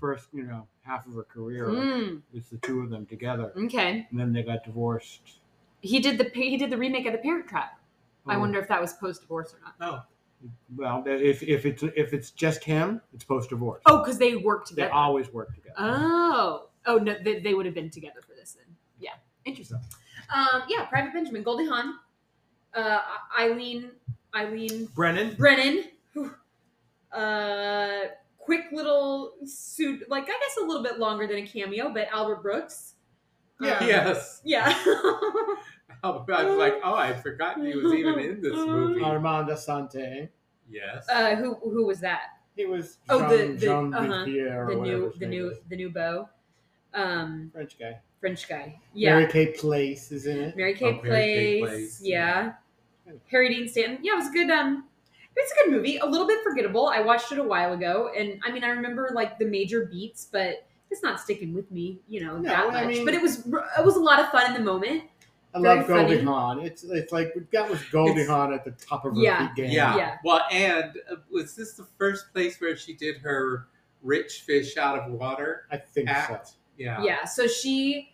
Speaker 4: first, you know, half of her career
Speaker 2: Mm,
Speaker 4: is the two of them together,
Speaker 2: okay
Speaker 4: and then they got divorced.
Speaker 2: he did the he did the remake of the parent trap i
Speaker 4: Oh,
Speaker 2: wonder if that was post-divorce or not
Speaker 1: Oh,
Speaker 4: Well, if, if it's if it's just him, it's post divorce.
Speaker 2: oh because they worked
Speaker 4: they
Speaker 2: together
Speaker 4: always work together.
Speaker 2: oh oh no they, they would have been together for this then yeah interesting um yeah private benjamin goldie hawn uh eileen eileen
Speaker 4: Brennan,
Speaker 2: Brennan. whew, Uh, quick little suit, like I guess a little bit longer than a cameo, but Albert Brooks. Um,
Speaker 4: Yeah.
Speaker 1: yes. [laughs]
Speaker 2: Yeah. [laughs]
Speaker 1: Oh, I was like, oh, I forgot he was even
Speaker 2: [laughs]
Speaker 1: in this movie.
Speaker 4: Armand Asante.
Speaker 1: yes.
Speaker 2: uh, who who was that?
Speaker 4: He was
Speaker 2: Oh,
Speaker 4: Jean,
Speaker 2: the- the-
Speaker 4: Jean
Speaker 2: uh-huh.
Speaker 4: Vivier or
Speaker 2: The
Speaker 4: whatever
Speaker 2: new
Speaker 4: his
Speaker 2: the
Speaker 4: name
Speaker 2: new
Speaker 4: is.
Speaker 2: the new beau, um,
Speaker 4: French guy.
Speaker 2: French guy. Yeah, Mary,
Speaker 4: Mary Kay Place is in it.
Speaker 2: Kay
Speaker 1: Oh, Mary Kay
Speaker 2: plays.
Speaker 1: Place.
Speaker 2: Yeah, Harry Dean Stanton. Yeah, it was a good. Um, it's a good movie. A little bit forgettable. I watched it a while ago, and I mean, I remember like the major beats, but. It's not sticking with me, you know,
Speaker 4: No,
Speaker 2: that much.
Speaker 4: I mean-
Speaker 2: but it was it was a lot of fun in the moment.
Speaker 4: I
Speaker 2: Very
Speaker 4: love Goldie
Speaker 2: funny.
Speaker 4: Hawn. It's it's like that was Goldie
Speaker 1: It's-
Speaker 4: Hawn at the top of her
Speaker 2: Yeah.
Speaker 4: game.
Speaker 1: yeah.
Speaker 2: Yeah.
Speaker 1: Well, and uh, was this the first place where she did her rich fish out of water
Speaker 4: I think
Speaker 1: act?
Speaker 4: so.
Speaker 1: Yeah.
Speaker 2: Yeah, so she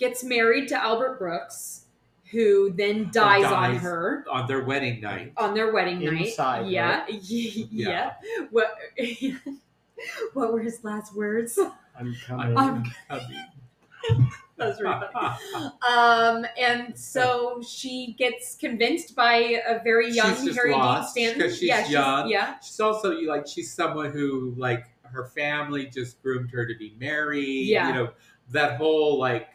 Speaker 2: gets married to Albert Brooks, who then dies, on
Speaker 1: dies.
Speaker 2: her
Speaker 1: On their wedding night.
Speaker 2: on their wedding
Speaker 4: Inside,
Speaker 2: night. Yeah, [laughs] yeah. What? [laughs] what were his last words?
Speaker 4: I'm coming.
Speaker 2: I'm- [laughs] That was really funny. [gasps] Um, and so she gets convinced by a very young
Speaker 1: She's just
Speaker 2: Harry Dean
Speaker 1: lost,
Speaker 2: Stanton.
Speaker 1: 'cause she's
Speaker 2: yeah,
Speaker 1: young.
Speaker 2: yeah,
Speaker 1: [laughs] she's also you like she's someone who like her family just groomed her to be married
Speaker 2: Yeah.
Speaker 1: you know that whole like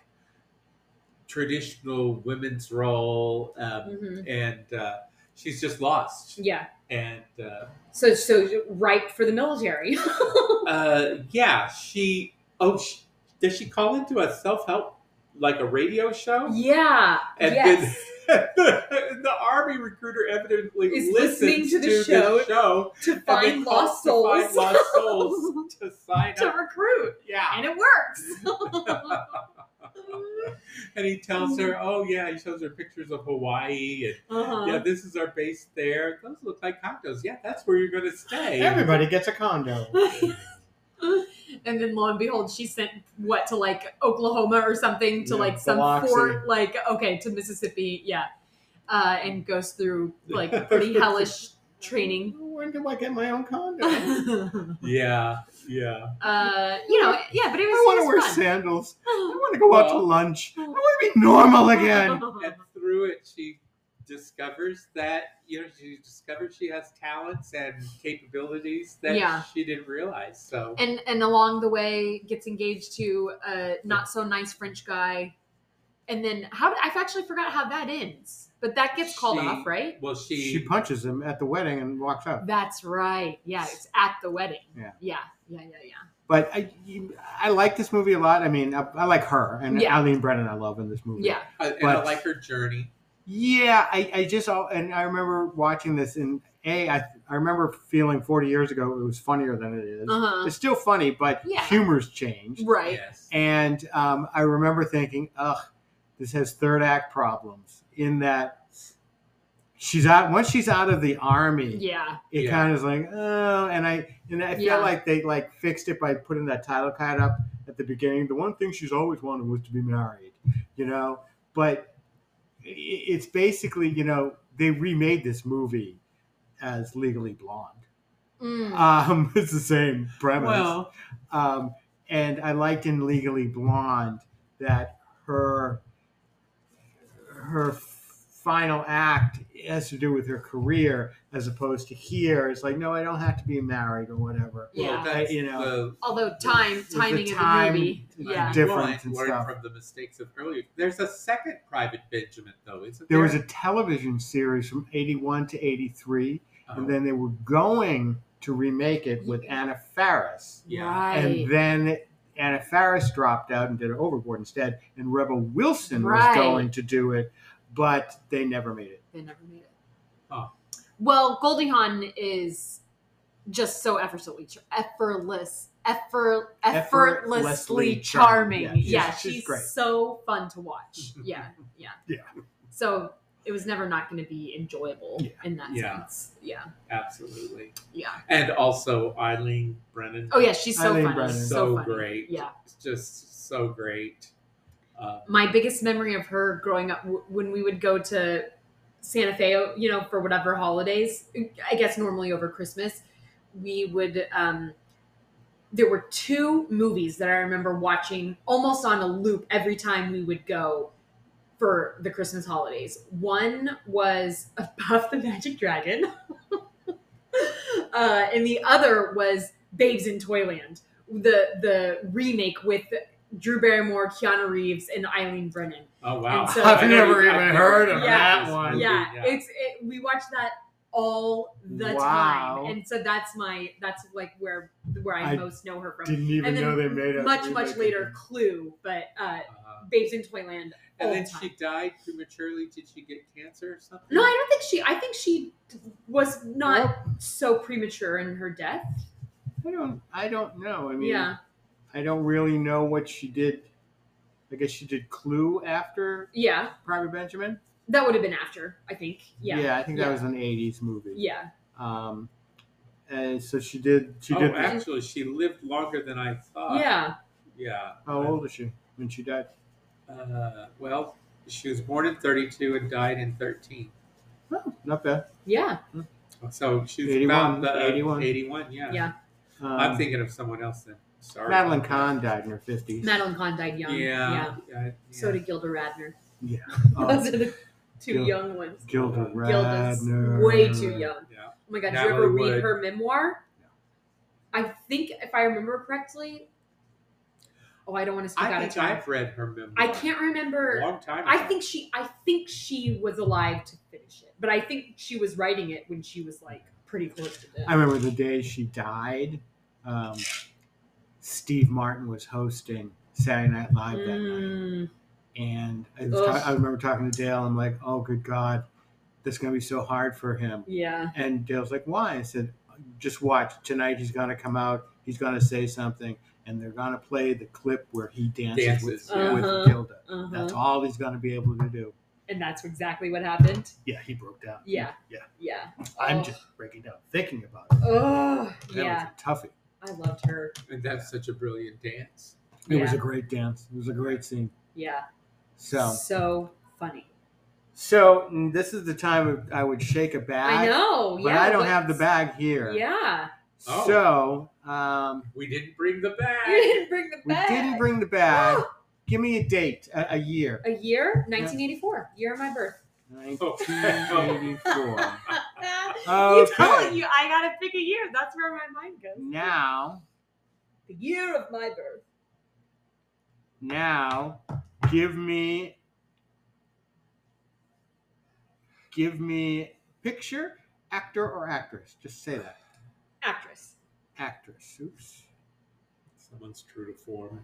Speaker 1: traditional women's role um,
Speaker 2: mhm,
Speaker 1: and uh, she's just lost
Speaker 2: yeah.
Speaker 1: and uh,
Speaker 2: So so ripe for the military. [laughs]
Speaker 1: uh, yeah she oh she, does she call into a self-help like a radio show
Speaker 2: yeah.
Speaker 1: Oh. and
Speaker 2: yes.
Speaker 1: then [laughs] the army recruiter evidently
Speaker 2: Is listening
Speaker 1: listens
Speaker 2: to the show.
Speaker 1: this show
Speaker 2: to
Speaker 1: and they
Speaker 2: find
Speaker 1: call
Speaker 2: lost
Speaker 1: to
Speaker 2: souls. [laughs]
Speaker 1: find lost souls to sign
Speaker 2: to
Speaker 1: up
Speaker 2: recruit,
Speaker 1: yeah
Speaker 2: and it works.
Speaker 1: [laughs]
Speaker 2: [laughs]
Speaker 1: And he tells her, "Oh yeah," he shows her pictures of Hawaii, and
Speaker 2: Uh-huh.
Speaker 1: yeah, this is our base
Speaker 2: [laughs]
Speaker 1: there. Those look like condos. Yeah, that's where you're gonna stay.
Speaker 4: Everybody gets a condo.
Speaker 2: and then lo and behold, she sent what to like Oklahoma or something to
Speaker 4: Yeah,
Speaker 2: like some
Speaker 4: Biloxi.
Speaker 2: fort, like okay, to Mississippi, yeah, uh, and goes through like pretty hellish training.
Speaker 4: When do I get my
Speaker 2: [laughs]
Speaker 4: own condo? I
Speaker 2: uh,
Speaker 1: Yeah, yeah.
Speaker 2: Uh-huh. you know, yeah, but it was,
Speaker 3: want to
Speaker 2: it
Speaker 3: wear
Speaker 2: was fun.
Speaker 3: sandals. I
Speaker 2: [laughs]
Speaker 3: want to go out to
Speaker 1: Well-
Speaker 3: lunch. I want to be normal again.
Speaker 1: And through it, she discovers that, you know, she discovers she has talents and capabilities that
Speaker 2: Yeah.
Speaker 1: she didn't realize. So,
Speaker 2: and and along the way gets engaged to a not so nice French guy, and then how I've actually forgot how that ends, but that gets called
Speaker 1: She-
Speaker 2: off, right?
Speaker 1: well, she, uh,
Speaker 4: She punches him at the wedding and walks out.
Speaker 2: That's right. Yeah, it's at the wedding.
Speaker 4: Yeah.
Speaker 2: yeah, yeah, yeah. yeah.
Speaker 4: But I, you- I like this movie a lot. I mean, I, I like her and
Speaker 2: Yeah.
Speaker 4: Eileen Brennan. I love in this movie.
Speaker 2: Yeah,
Speaker 1: I- and I
Speaker 4: but-
Speaker 1: like her journey.
Speaker 4: Yeah, I, I just all and I remember watching this and a I I remember feeling forty years ago it was funnier than it is.
Speaker 2: Uh-huh.
Speaker 4: It's still funny, but
Speaker 2: Yeah.
Speaker 4: humor's changed.
Speaker 2: right.
Speaker 1: Yes.
Speaker 4: And um, I remember thinking, ugh, this has third act problems in that she's out once she's out of the army.
Speaker 2: Yeah,
Speaker 4: It
Speaker 1: Yeah.
Speaker 4: kind of is like oh, and I and I feel
Speaker 2: Yeah.
Speaker 4: like they like fixed it by putting that title card up at the beginning. The one thing she's always wanted was to be married, you know. But i- it's basically you know they remade this movie as Legally Blonde.
Speaker 2: Mm.
Speaker 4: [laughs] Um, it's the same premise.
Speaker 1: Well,
Speaker 4: Um, and I liked in Legally Blonde that her her final act has to do with her career as opposed to here. It's like, no, I don't have to be married or whatever.
Speaker 1: well,
Speaker 2: yeah.
Speaker 1: that's
Speaker 4: you know,
Speaker 1: the
Speaker 2: Although time,
Speaker 4: the
Speaker 2: timing of
Speaker 4: time-
Speaker 2: the movie.
Speaker 4: the
Speaker 2: Yeah,
Speaker 4: difference
Speaker 1: Well, and
Speaker 4: and
Speaker 1: learn
Speaker 4: stuff.
Speaker 1: from the mistakes of earlier. There's a second Private Benjamin, though, isn't
Speaker 4: There
Speaker 1: there?
Speaker 4: was a television series from 81 to 83,
Speaker 1: Oh,
Speaker 4: and then they were going to remake it with Anna Faris.
Speaker 1: yeah.
Speaker 2: right.
Speaker 4: And then Anna Faris dropped out and did Overboard instead, and Rebel Wilson
Speaker 2: Right.
Speaker 4: was going to do it, but they never made it.
Speaker 2: they never made it.
Speaker 1: Oh.
Speaker 2: Well, Goldie Hawn is just so effortlessly, char- effortless, effort, effortlessly
Speaker 4: Effortlessly
Speaker 2: charming.
Speaker 4: charming.
Speaker 2: Yeah,
Speaker 4: Yeah, she's-
Speaker 2: she's,
Speaker 4: she's great.
Speaker 2: so fun to
Speaker 4: [laughs]
Speaker 2: watch. Yeah, yeah,
Speaker 4: Yeah.
Speaker 2: So it was never not going to be enjoyable
Speaker 4: Yeah.
Speaker 2: in that
Speaker 1: Yeah.
Speaker 2: sense. Yeah,
Speaker 1: absolutely.
Speaker 2: yeah.
Speaker 1: And also Eileen Brennan.
Speaker 2: Oh yeah, she's so
Speaker 4: Eileen
Speaker 2: funny.
Speaker 4: Brennan.
Speaker 2: So,
Speaker 1: So
Speaker 2: funny.
Speaker 1: great.
Speaker 2: Yeah.
Speaker 1: It's just so great. Uh,
Speaker 2: my biggest memory of her growing up w- when we would go to Santa Fe, you know, for whatever holidays, I guess normally over Christmas, we would. Um, there were two movies that I remember watching almost on a loop every time we would go for the Christmas holidays. One was [laughs] Above the Magic Dragon, [laughs] uh, and the other was Babes in Toyland, the the remake with Drew Barrymore, Keanu Reeves, and Eileen Brennan.
Speaker 1: oh wow!
Speaker 2: And so- I've
Speaker 1: [laughs] I
Speaker 4: never
Speaker 1: don't-
Speaker 4: even
Speaker 1: I've
Speaker 4: heard
Speaker 1: never
Speaker 2: of
Speaker 4: that
Speaker 1: this
Speaker 4: one.
Speaker 1: movie,
Speaker 2: Yeah, it's it, we watch that all the
Speaker 4: Wow.
Speaker 2: time, and so that's my that's like where where I,
Speaker 4: I
Speaker 2: most know her from.
Speaker 4: Didn't even
Speaker 2: And then
Speaker 4: know they made it.
Speaker 2: much much later, Clue, but uh,
Speaker 1: Uh,
Speaker 2: Babes in Toyland.
Speaker 1: and
Speaker 2: all
Speaker 1: then
Speaker 2: the
Speaker 1: she
Speaker 2: time.
Speaker 1: died prematurely. Did she get cancer or something?
Speaker 2: No, I don't think she. I think she was not so premature in her death.
Speaker 4: I don't. I don't know. I mean,
Speaker 2: yeah,
Speaker 4: I don't really know what she did. I guess she did Clue after
Speaker 2: yeah,
Speaker 4: Private Benjamin.
Speaker 2: that would have been after. I think. Yeah, yeah,
Speaker 4: I think
Speaker 2: Yeah.
Speaker 4: that was an '80s movie.
Speaker 2: yeah.
Speaker 4: Um, and so she did. She
Speaker 1: oh,
Speaker 4: did.
Speaker 1: actually, she lived longer than I
Speaker 4: Uh,
Speaker 1: thought. Yeah.
Speaker 4: How old is she when she died?
Speaker 1: Uh, well, she was born in 32 and died in 13.
Speaker 4: Oh, not bad.
Speaker 2: yeah.
Speaker 1: So she's
Speaker 4: 81,
Speaker 1: about the,
Speaker 4: 81.
Speaker 1: 81, yeah.
Speaker 2: Yeah.
Speaker 4: Um,
Speaker 1: I'm thinking of someone else then. Sorry.
Speaker 4: Madeline Kahn died in her 50s.
Speaker 2: Madeline Kahn died
Speaker 1: Yeah.
Speaker 2: young.
Speaker 1: yeah. yeah.
Speaker 2: So did Gilda Radner.
Speaker 4: yeah.
Speaker 2: [laughs] Those are the two
Speaker 4: Oh. Gil-
Speaker 2: young ones.
Speaker 4: Gilda
Speaker 2: Gilda's
Speaker 4: Radner.
Speaker 2: way too young.
Speaker 1: Yeah.
Speaker 2: Oh my god, did you
Speaker 1: Natalie
Speaker 2: ever read
Speaker 1: Wood.
Speaker 2: her memoir?
Speaker 4: No.
Speaker 2: I think if I remember correctly. Oh, I don't want to speak
Speaker 1: I
Speaker 2: out
Speaker 1: think
Speaker 2: of turn.
Speaker 1: I've read her memoir.
Speaker 2: I can't
Speaker 1: A
Speaker 2: remember.
Speaker 1: long time.
Speaker 2: I
Speaker 1: ago.
Speaker 2: think she I think she was alive to finish it. But I think she was writing it when she was like pretty close to death.
Speaker 4: I remember the day she died. Um, Steve Martin was hosting Saturday Night Live that
Speaker 2: Mm,
Speaker 4: night, and I, was ta-
Speaker 2: Ugh.
Speaker 4: I remember talking to Dale. I'm like, "Oh, good God, this is gonna be so hard for him."
Speaker 2: yeah.
Speaker 4: And Dale's like, "Why?" I said, "Just watch tonight. He's gonna come out. He's gonna say something, and they're gonna play the clip where he dances,
Speaker 1: Dances,
Speaker 4: with,
Speaker 2: yeah.
Speaker 4: with
Speaker 2: Uh-huh.
Speaker 4: Gilda.
Speaker 2: Uh-huh.
Speaker 4: That's all he's gonna be able to do."
Speaker 2: and that's exactly what happened.
Speaker 4: Yeah, he broke down.
Speaker 2: Yeah.
Speaker 4: yeah.
Speaker 2: Yeah.
Speaker 4: I'm
Speaker 2: Oh.
Speaker 4: just breaking down thinking about it.
Speaker 2: Oh,
Speaker 4: That
Speaker 2: yeah.
Speaker 4: was a toughie.
Speaker 2: I loved her.
Speaker 1: And that's such a brilliant dance.
Speaker 4: It was
Speaker 2: Yeah.
Speaker 4: a great dance. It was a great scene.
Speaker 2: Yeah.
Speaker 4: So,
Speaker 2: So funny.
Speaker 4: so mm, this is the time I would shake a bag.
Speaker 2: I know.
Speaker 4: But
Speaker 2: yeah.
Speaker 4: I don't
Speaker 2: but-
Speaker 4: have the bag here.
Speaker 2: Yeah.
Speaker 1: Oh.
Speaker 4: So, um,
Speaker 1: We didn't bring the
Speaker 2: You
Speaker 1: bag.
Speaker 2: [laughs] didn't bring the
Speaker 4: we
Speaker 2: bag.
Speaker 4: didn't bring the bag. Give me a date, a, a year.
Speaker 2: [gasps] a year, 1984, year of my birth.
Speaker 4: 1984.
Speaker 2: You
Speaker 4: Okay.
Speaker 2: told you I gotta pick a year. That's where my mind goes.
Speaker 4: now,
Speaker 2: The year of my birth.
Speaker 4: now, give me, give me picture, actor or actress. Just say that.
Speaker 2: Actress.
Speaker 4: Actress. Oops.
Speaker 1: Someone's true to form.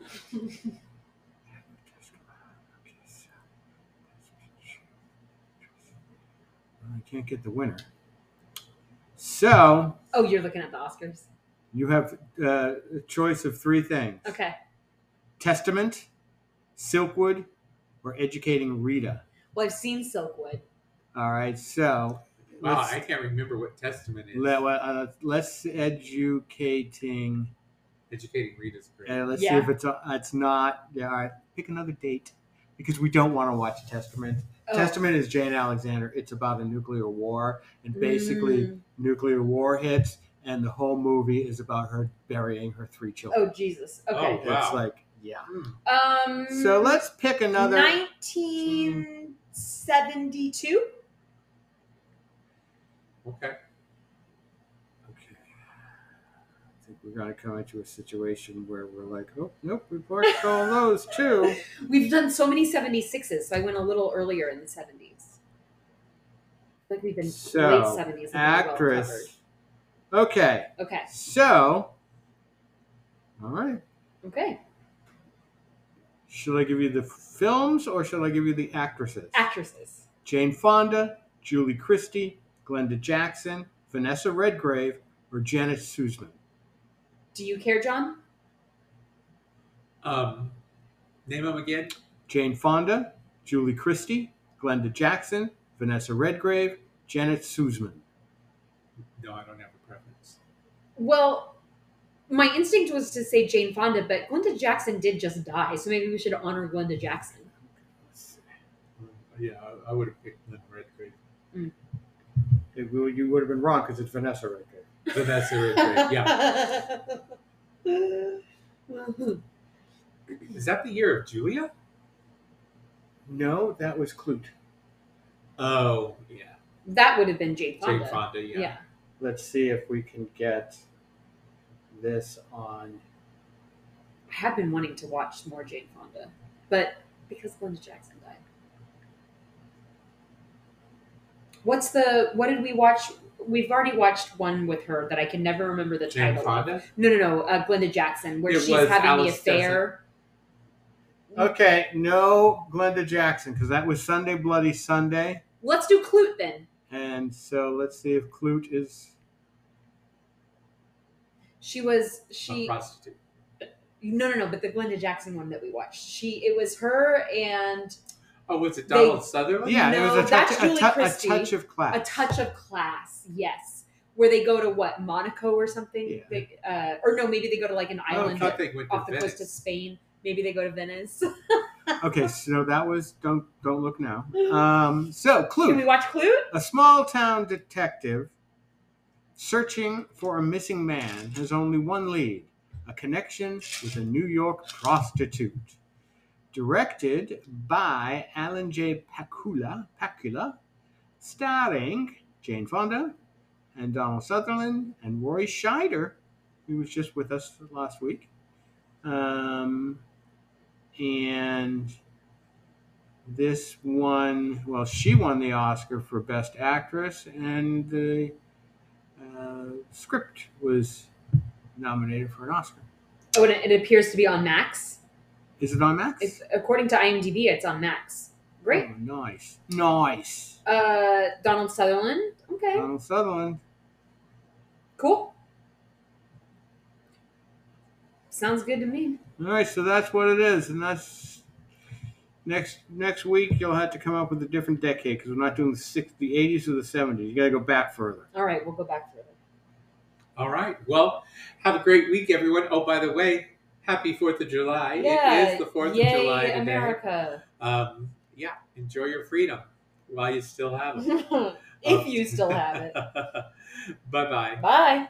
Speaker 4: I can't get the winner. So
Speaker 2: Oh, you're looking at the Oscars.
Speaker 4: you have uh, a choice of three things:
Speaker 2: Okay.
Speaker 4: Testament, Silkwood, or Educating Rita.
Speaker 2: Well, I've seen Silkwood.
Speaker 4: All right, so
Speaker 1: Wow,
Speaker 4: let's-
Speaker 1: I can't remember what testament is.
Speaker 4: let, uh, let's educating.
Speaker 1: Educating Rita's great.
Speaker 4: Uh, let's see
Speaker 2: Yeah.
Speaker 4: if it's uh, it's not. Yeah, all right, pick another date because we don't want to watch Testament.
Speaker 2: Oh.
Speaker 4: Testament is Jane Alexander. It's about a nuclear war, and basically,
Speaker 2: Mm.
Speaker 4: nuclear war hits, and the whole movie is about her burying her three
Speaker 2: Oh
Speaker 4: children.
Speaker 2: Jesus. Okay.
Speaker 1: Oh, wow.
Speaker 4: It's like, yeah.
Speaker 1: Hmm.
Speaker 2: Um.
Speaker 4: So let's pick another.
Speaker 2: 1972.
Speaker 1: Okay.
Speaker 4: Okay. I think we're going to come into a situation where we're like, oh, nope, we've
Speaker 2: [laughs]
Speaker 4: watched all those too.
Speaker 2: We've done so many 76s, so I went a little earlier in the 70s. Like we've been
Speaker 4: So,
Speaker 2: late 70s. and well covered.
Speaker 4: Actress. Okay.
Speaker 2: Okay.
Speaker 4: So, all right.
Speaker 2: Okay.
Speaker 4: Should I give you the films or should I give you the actresses?
Speaker 2: Actresses.
Speaker 4: Jane Fonda, Julie Christie, Glenda Jackson, Vanessa Redgrave, or Janet Suzman?
Speaker 2: Do you care, John?
Speaker 1: Um, name them again.
Speaker 4: Jane Fonda, Julie Christie, Glenda Jackson, Vanessa Redgrave, Janet Suzman.
Speaker 1: No, I don't have a preference.
Speaker 2: Well, my instinct was to say Jane Fonda, but Glenda Jackson did just die, so maybe we should honor Glenda Jackson.
Speaker 1: Um, Yeah, I, I would have picked Lynn Redgrave.
Speaker 4: It- well, you would have been wrong because it's Vanessa Redgrave.
Speaker 1: Vanessa Redgrave.
Speaker 2: [laughs]
Speaker 1: Yeah. Is that the year of Julia?
Speaker 4: No, that was Clute.
Speaker 1: Oh, yeah.
Speaker 2: that would have been Jane Fonda.
Speaker 1: Jane Fonda.
Speaker 2: Yeah.
Speaker 1: Yeah.
Speaker 4: Let's see if we can get this on.
Speaker 2: I have been wanting to watch more Jane Fonda, but because Glenda Jackson died. What's the what did we watch? We've already watched one with her that I can never remember the
Speaker 1: Jane
Speaker 2: title. of.
Speaker 1: Fonda.
Speaker 2: No, no, no. Uh, Glenda Jackson, where
Speaker 1: It
Speaker 2: she's
Speaker 1: was
Speaker 2: having
Speaker 1: Alice
Speaker 2: the affair.
Speaker 4: Okay, no Glenda Jackson because that was Sunday Bloody Sunday.
Speaker 2: Let's do Clute then.
Speaker 4: And so let's see if Clute is.
Speaker 2: She was
Speaker 1: A
Speaker 2: she
Speaker 1: prostitute.
Speaker 2: no no no, but the Glenda Jackson one that we watched. She it was her and
Speaker 1: Oh, was it
Speaker 2: They-
Speaker 1: Donald Sutherland?
Speaker 4: Yeah, it
Speaker 2: No,
Speaker 4: was a touch,
Speaker 2: that's
Speaker 4: a,
Speaker 2: Julie
Speaker 4: tou- a
Speaker 2: Christie.
Speaker 4: touch of class.
Speaker 2: a touch of class. Yes, where they go to what Monaco or something.
Speaker 4: Yeah.
Speaker 2: They- uh, or no, maybe they go to like an
Speaker 1: Oh, I
Speaker 2: island
Speaker 1: thought they went to
Speaker 2: off the coast of
Speaker 1: Venice.
Speaker 2: Spain. Maybe they go to Venice. [laughs]
Speaker 4: Okay, so that was don't don't look now. Um, so
Speaker 2: Can we
Speaker 4: Clue,
Speaker 2: watch Clue?
Speaker 4: a small town detective searching for a missing man, has only one lead: a connection with a New York prostitute. Directed by Alan J. Pakula, Pakula, starring Jane Fonda and Donald Sutherland and Roy Scheider, who was just with us last week. Um, and this one, well, she won the Oscar for Best Actress, and the uh, script was nominated for an Oscar.
Speaker 2: Oh, and it, it appears to be on Max.
Speaker 4: Is it on Max?
Speaker 2: It's according to IMDb, it's on Max. Great.
Speaker 4: Oh, nice. Nice.
Speaker 1: Oh.
Speaker 2: Uh, Donald Sutherland. Okay,
Speaker 4: Donald Sutherland.
Speaker 2: cool. Sounds good to me.
Speaker 4: All right, so that's what it is, and that's next next week. You'll have to come up with a different decade because we're not doing the 60s, the 80s, or the 70s. You got to go back further.
Speaker 2: All right, we'll go back through it.
Speaker 1: All right. Well, have a great week, everyone. Oh, by the way, happy Fourth of July.
Speaker 2: Yeah.
Speaker 1: It is the Fourth of
Speaker 2: Yay,
Speaker 1: July today. [laughs]
Speaker 2: America. [laughs]
Speaker 1: Um, yeah, enjoy your freedom while you still have it.
Speaker 2: if you still have it.
Speaker 1: [laughs] bye bye.
Speaker 2: Bye.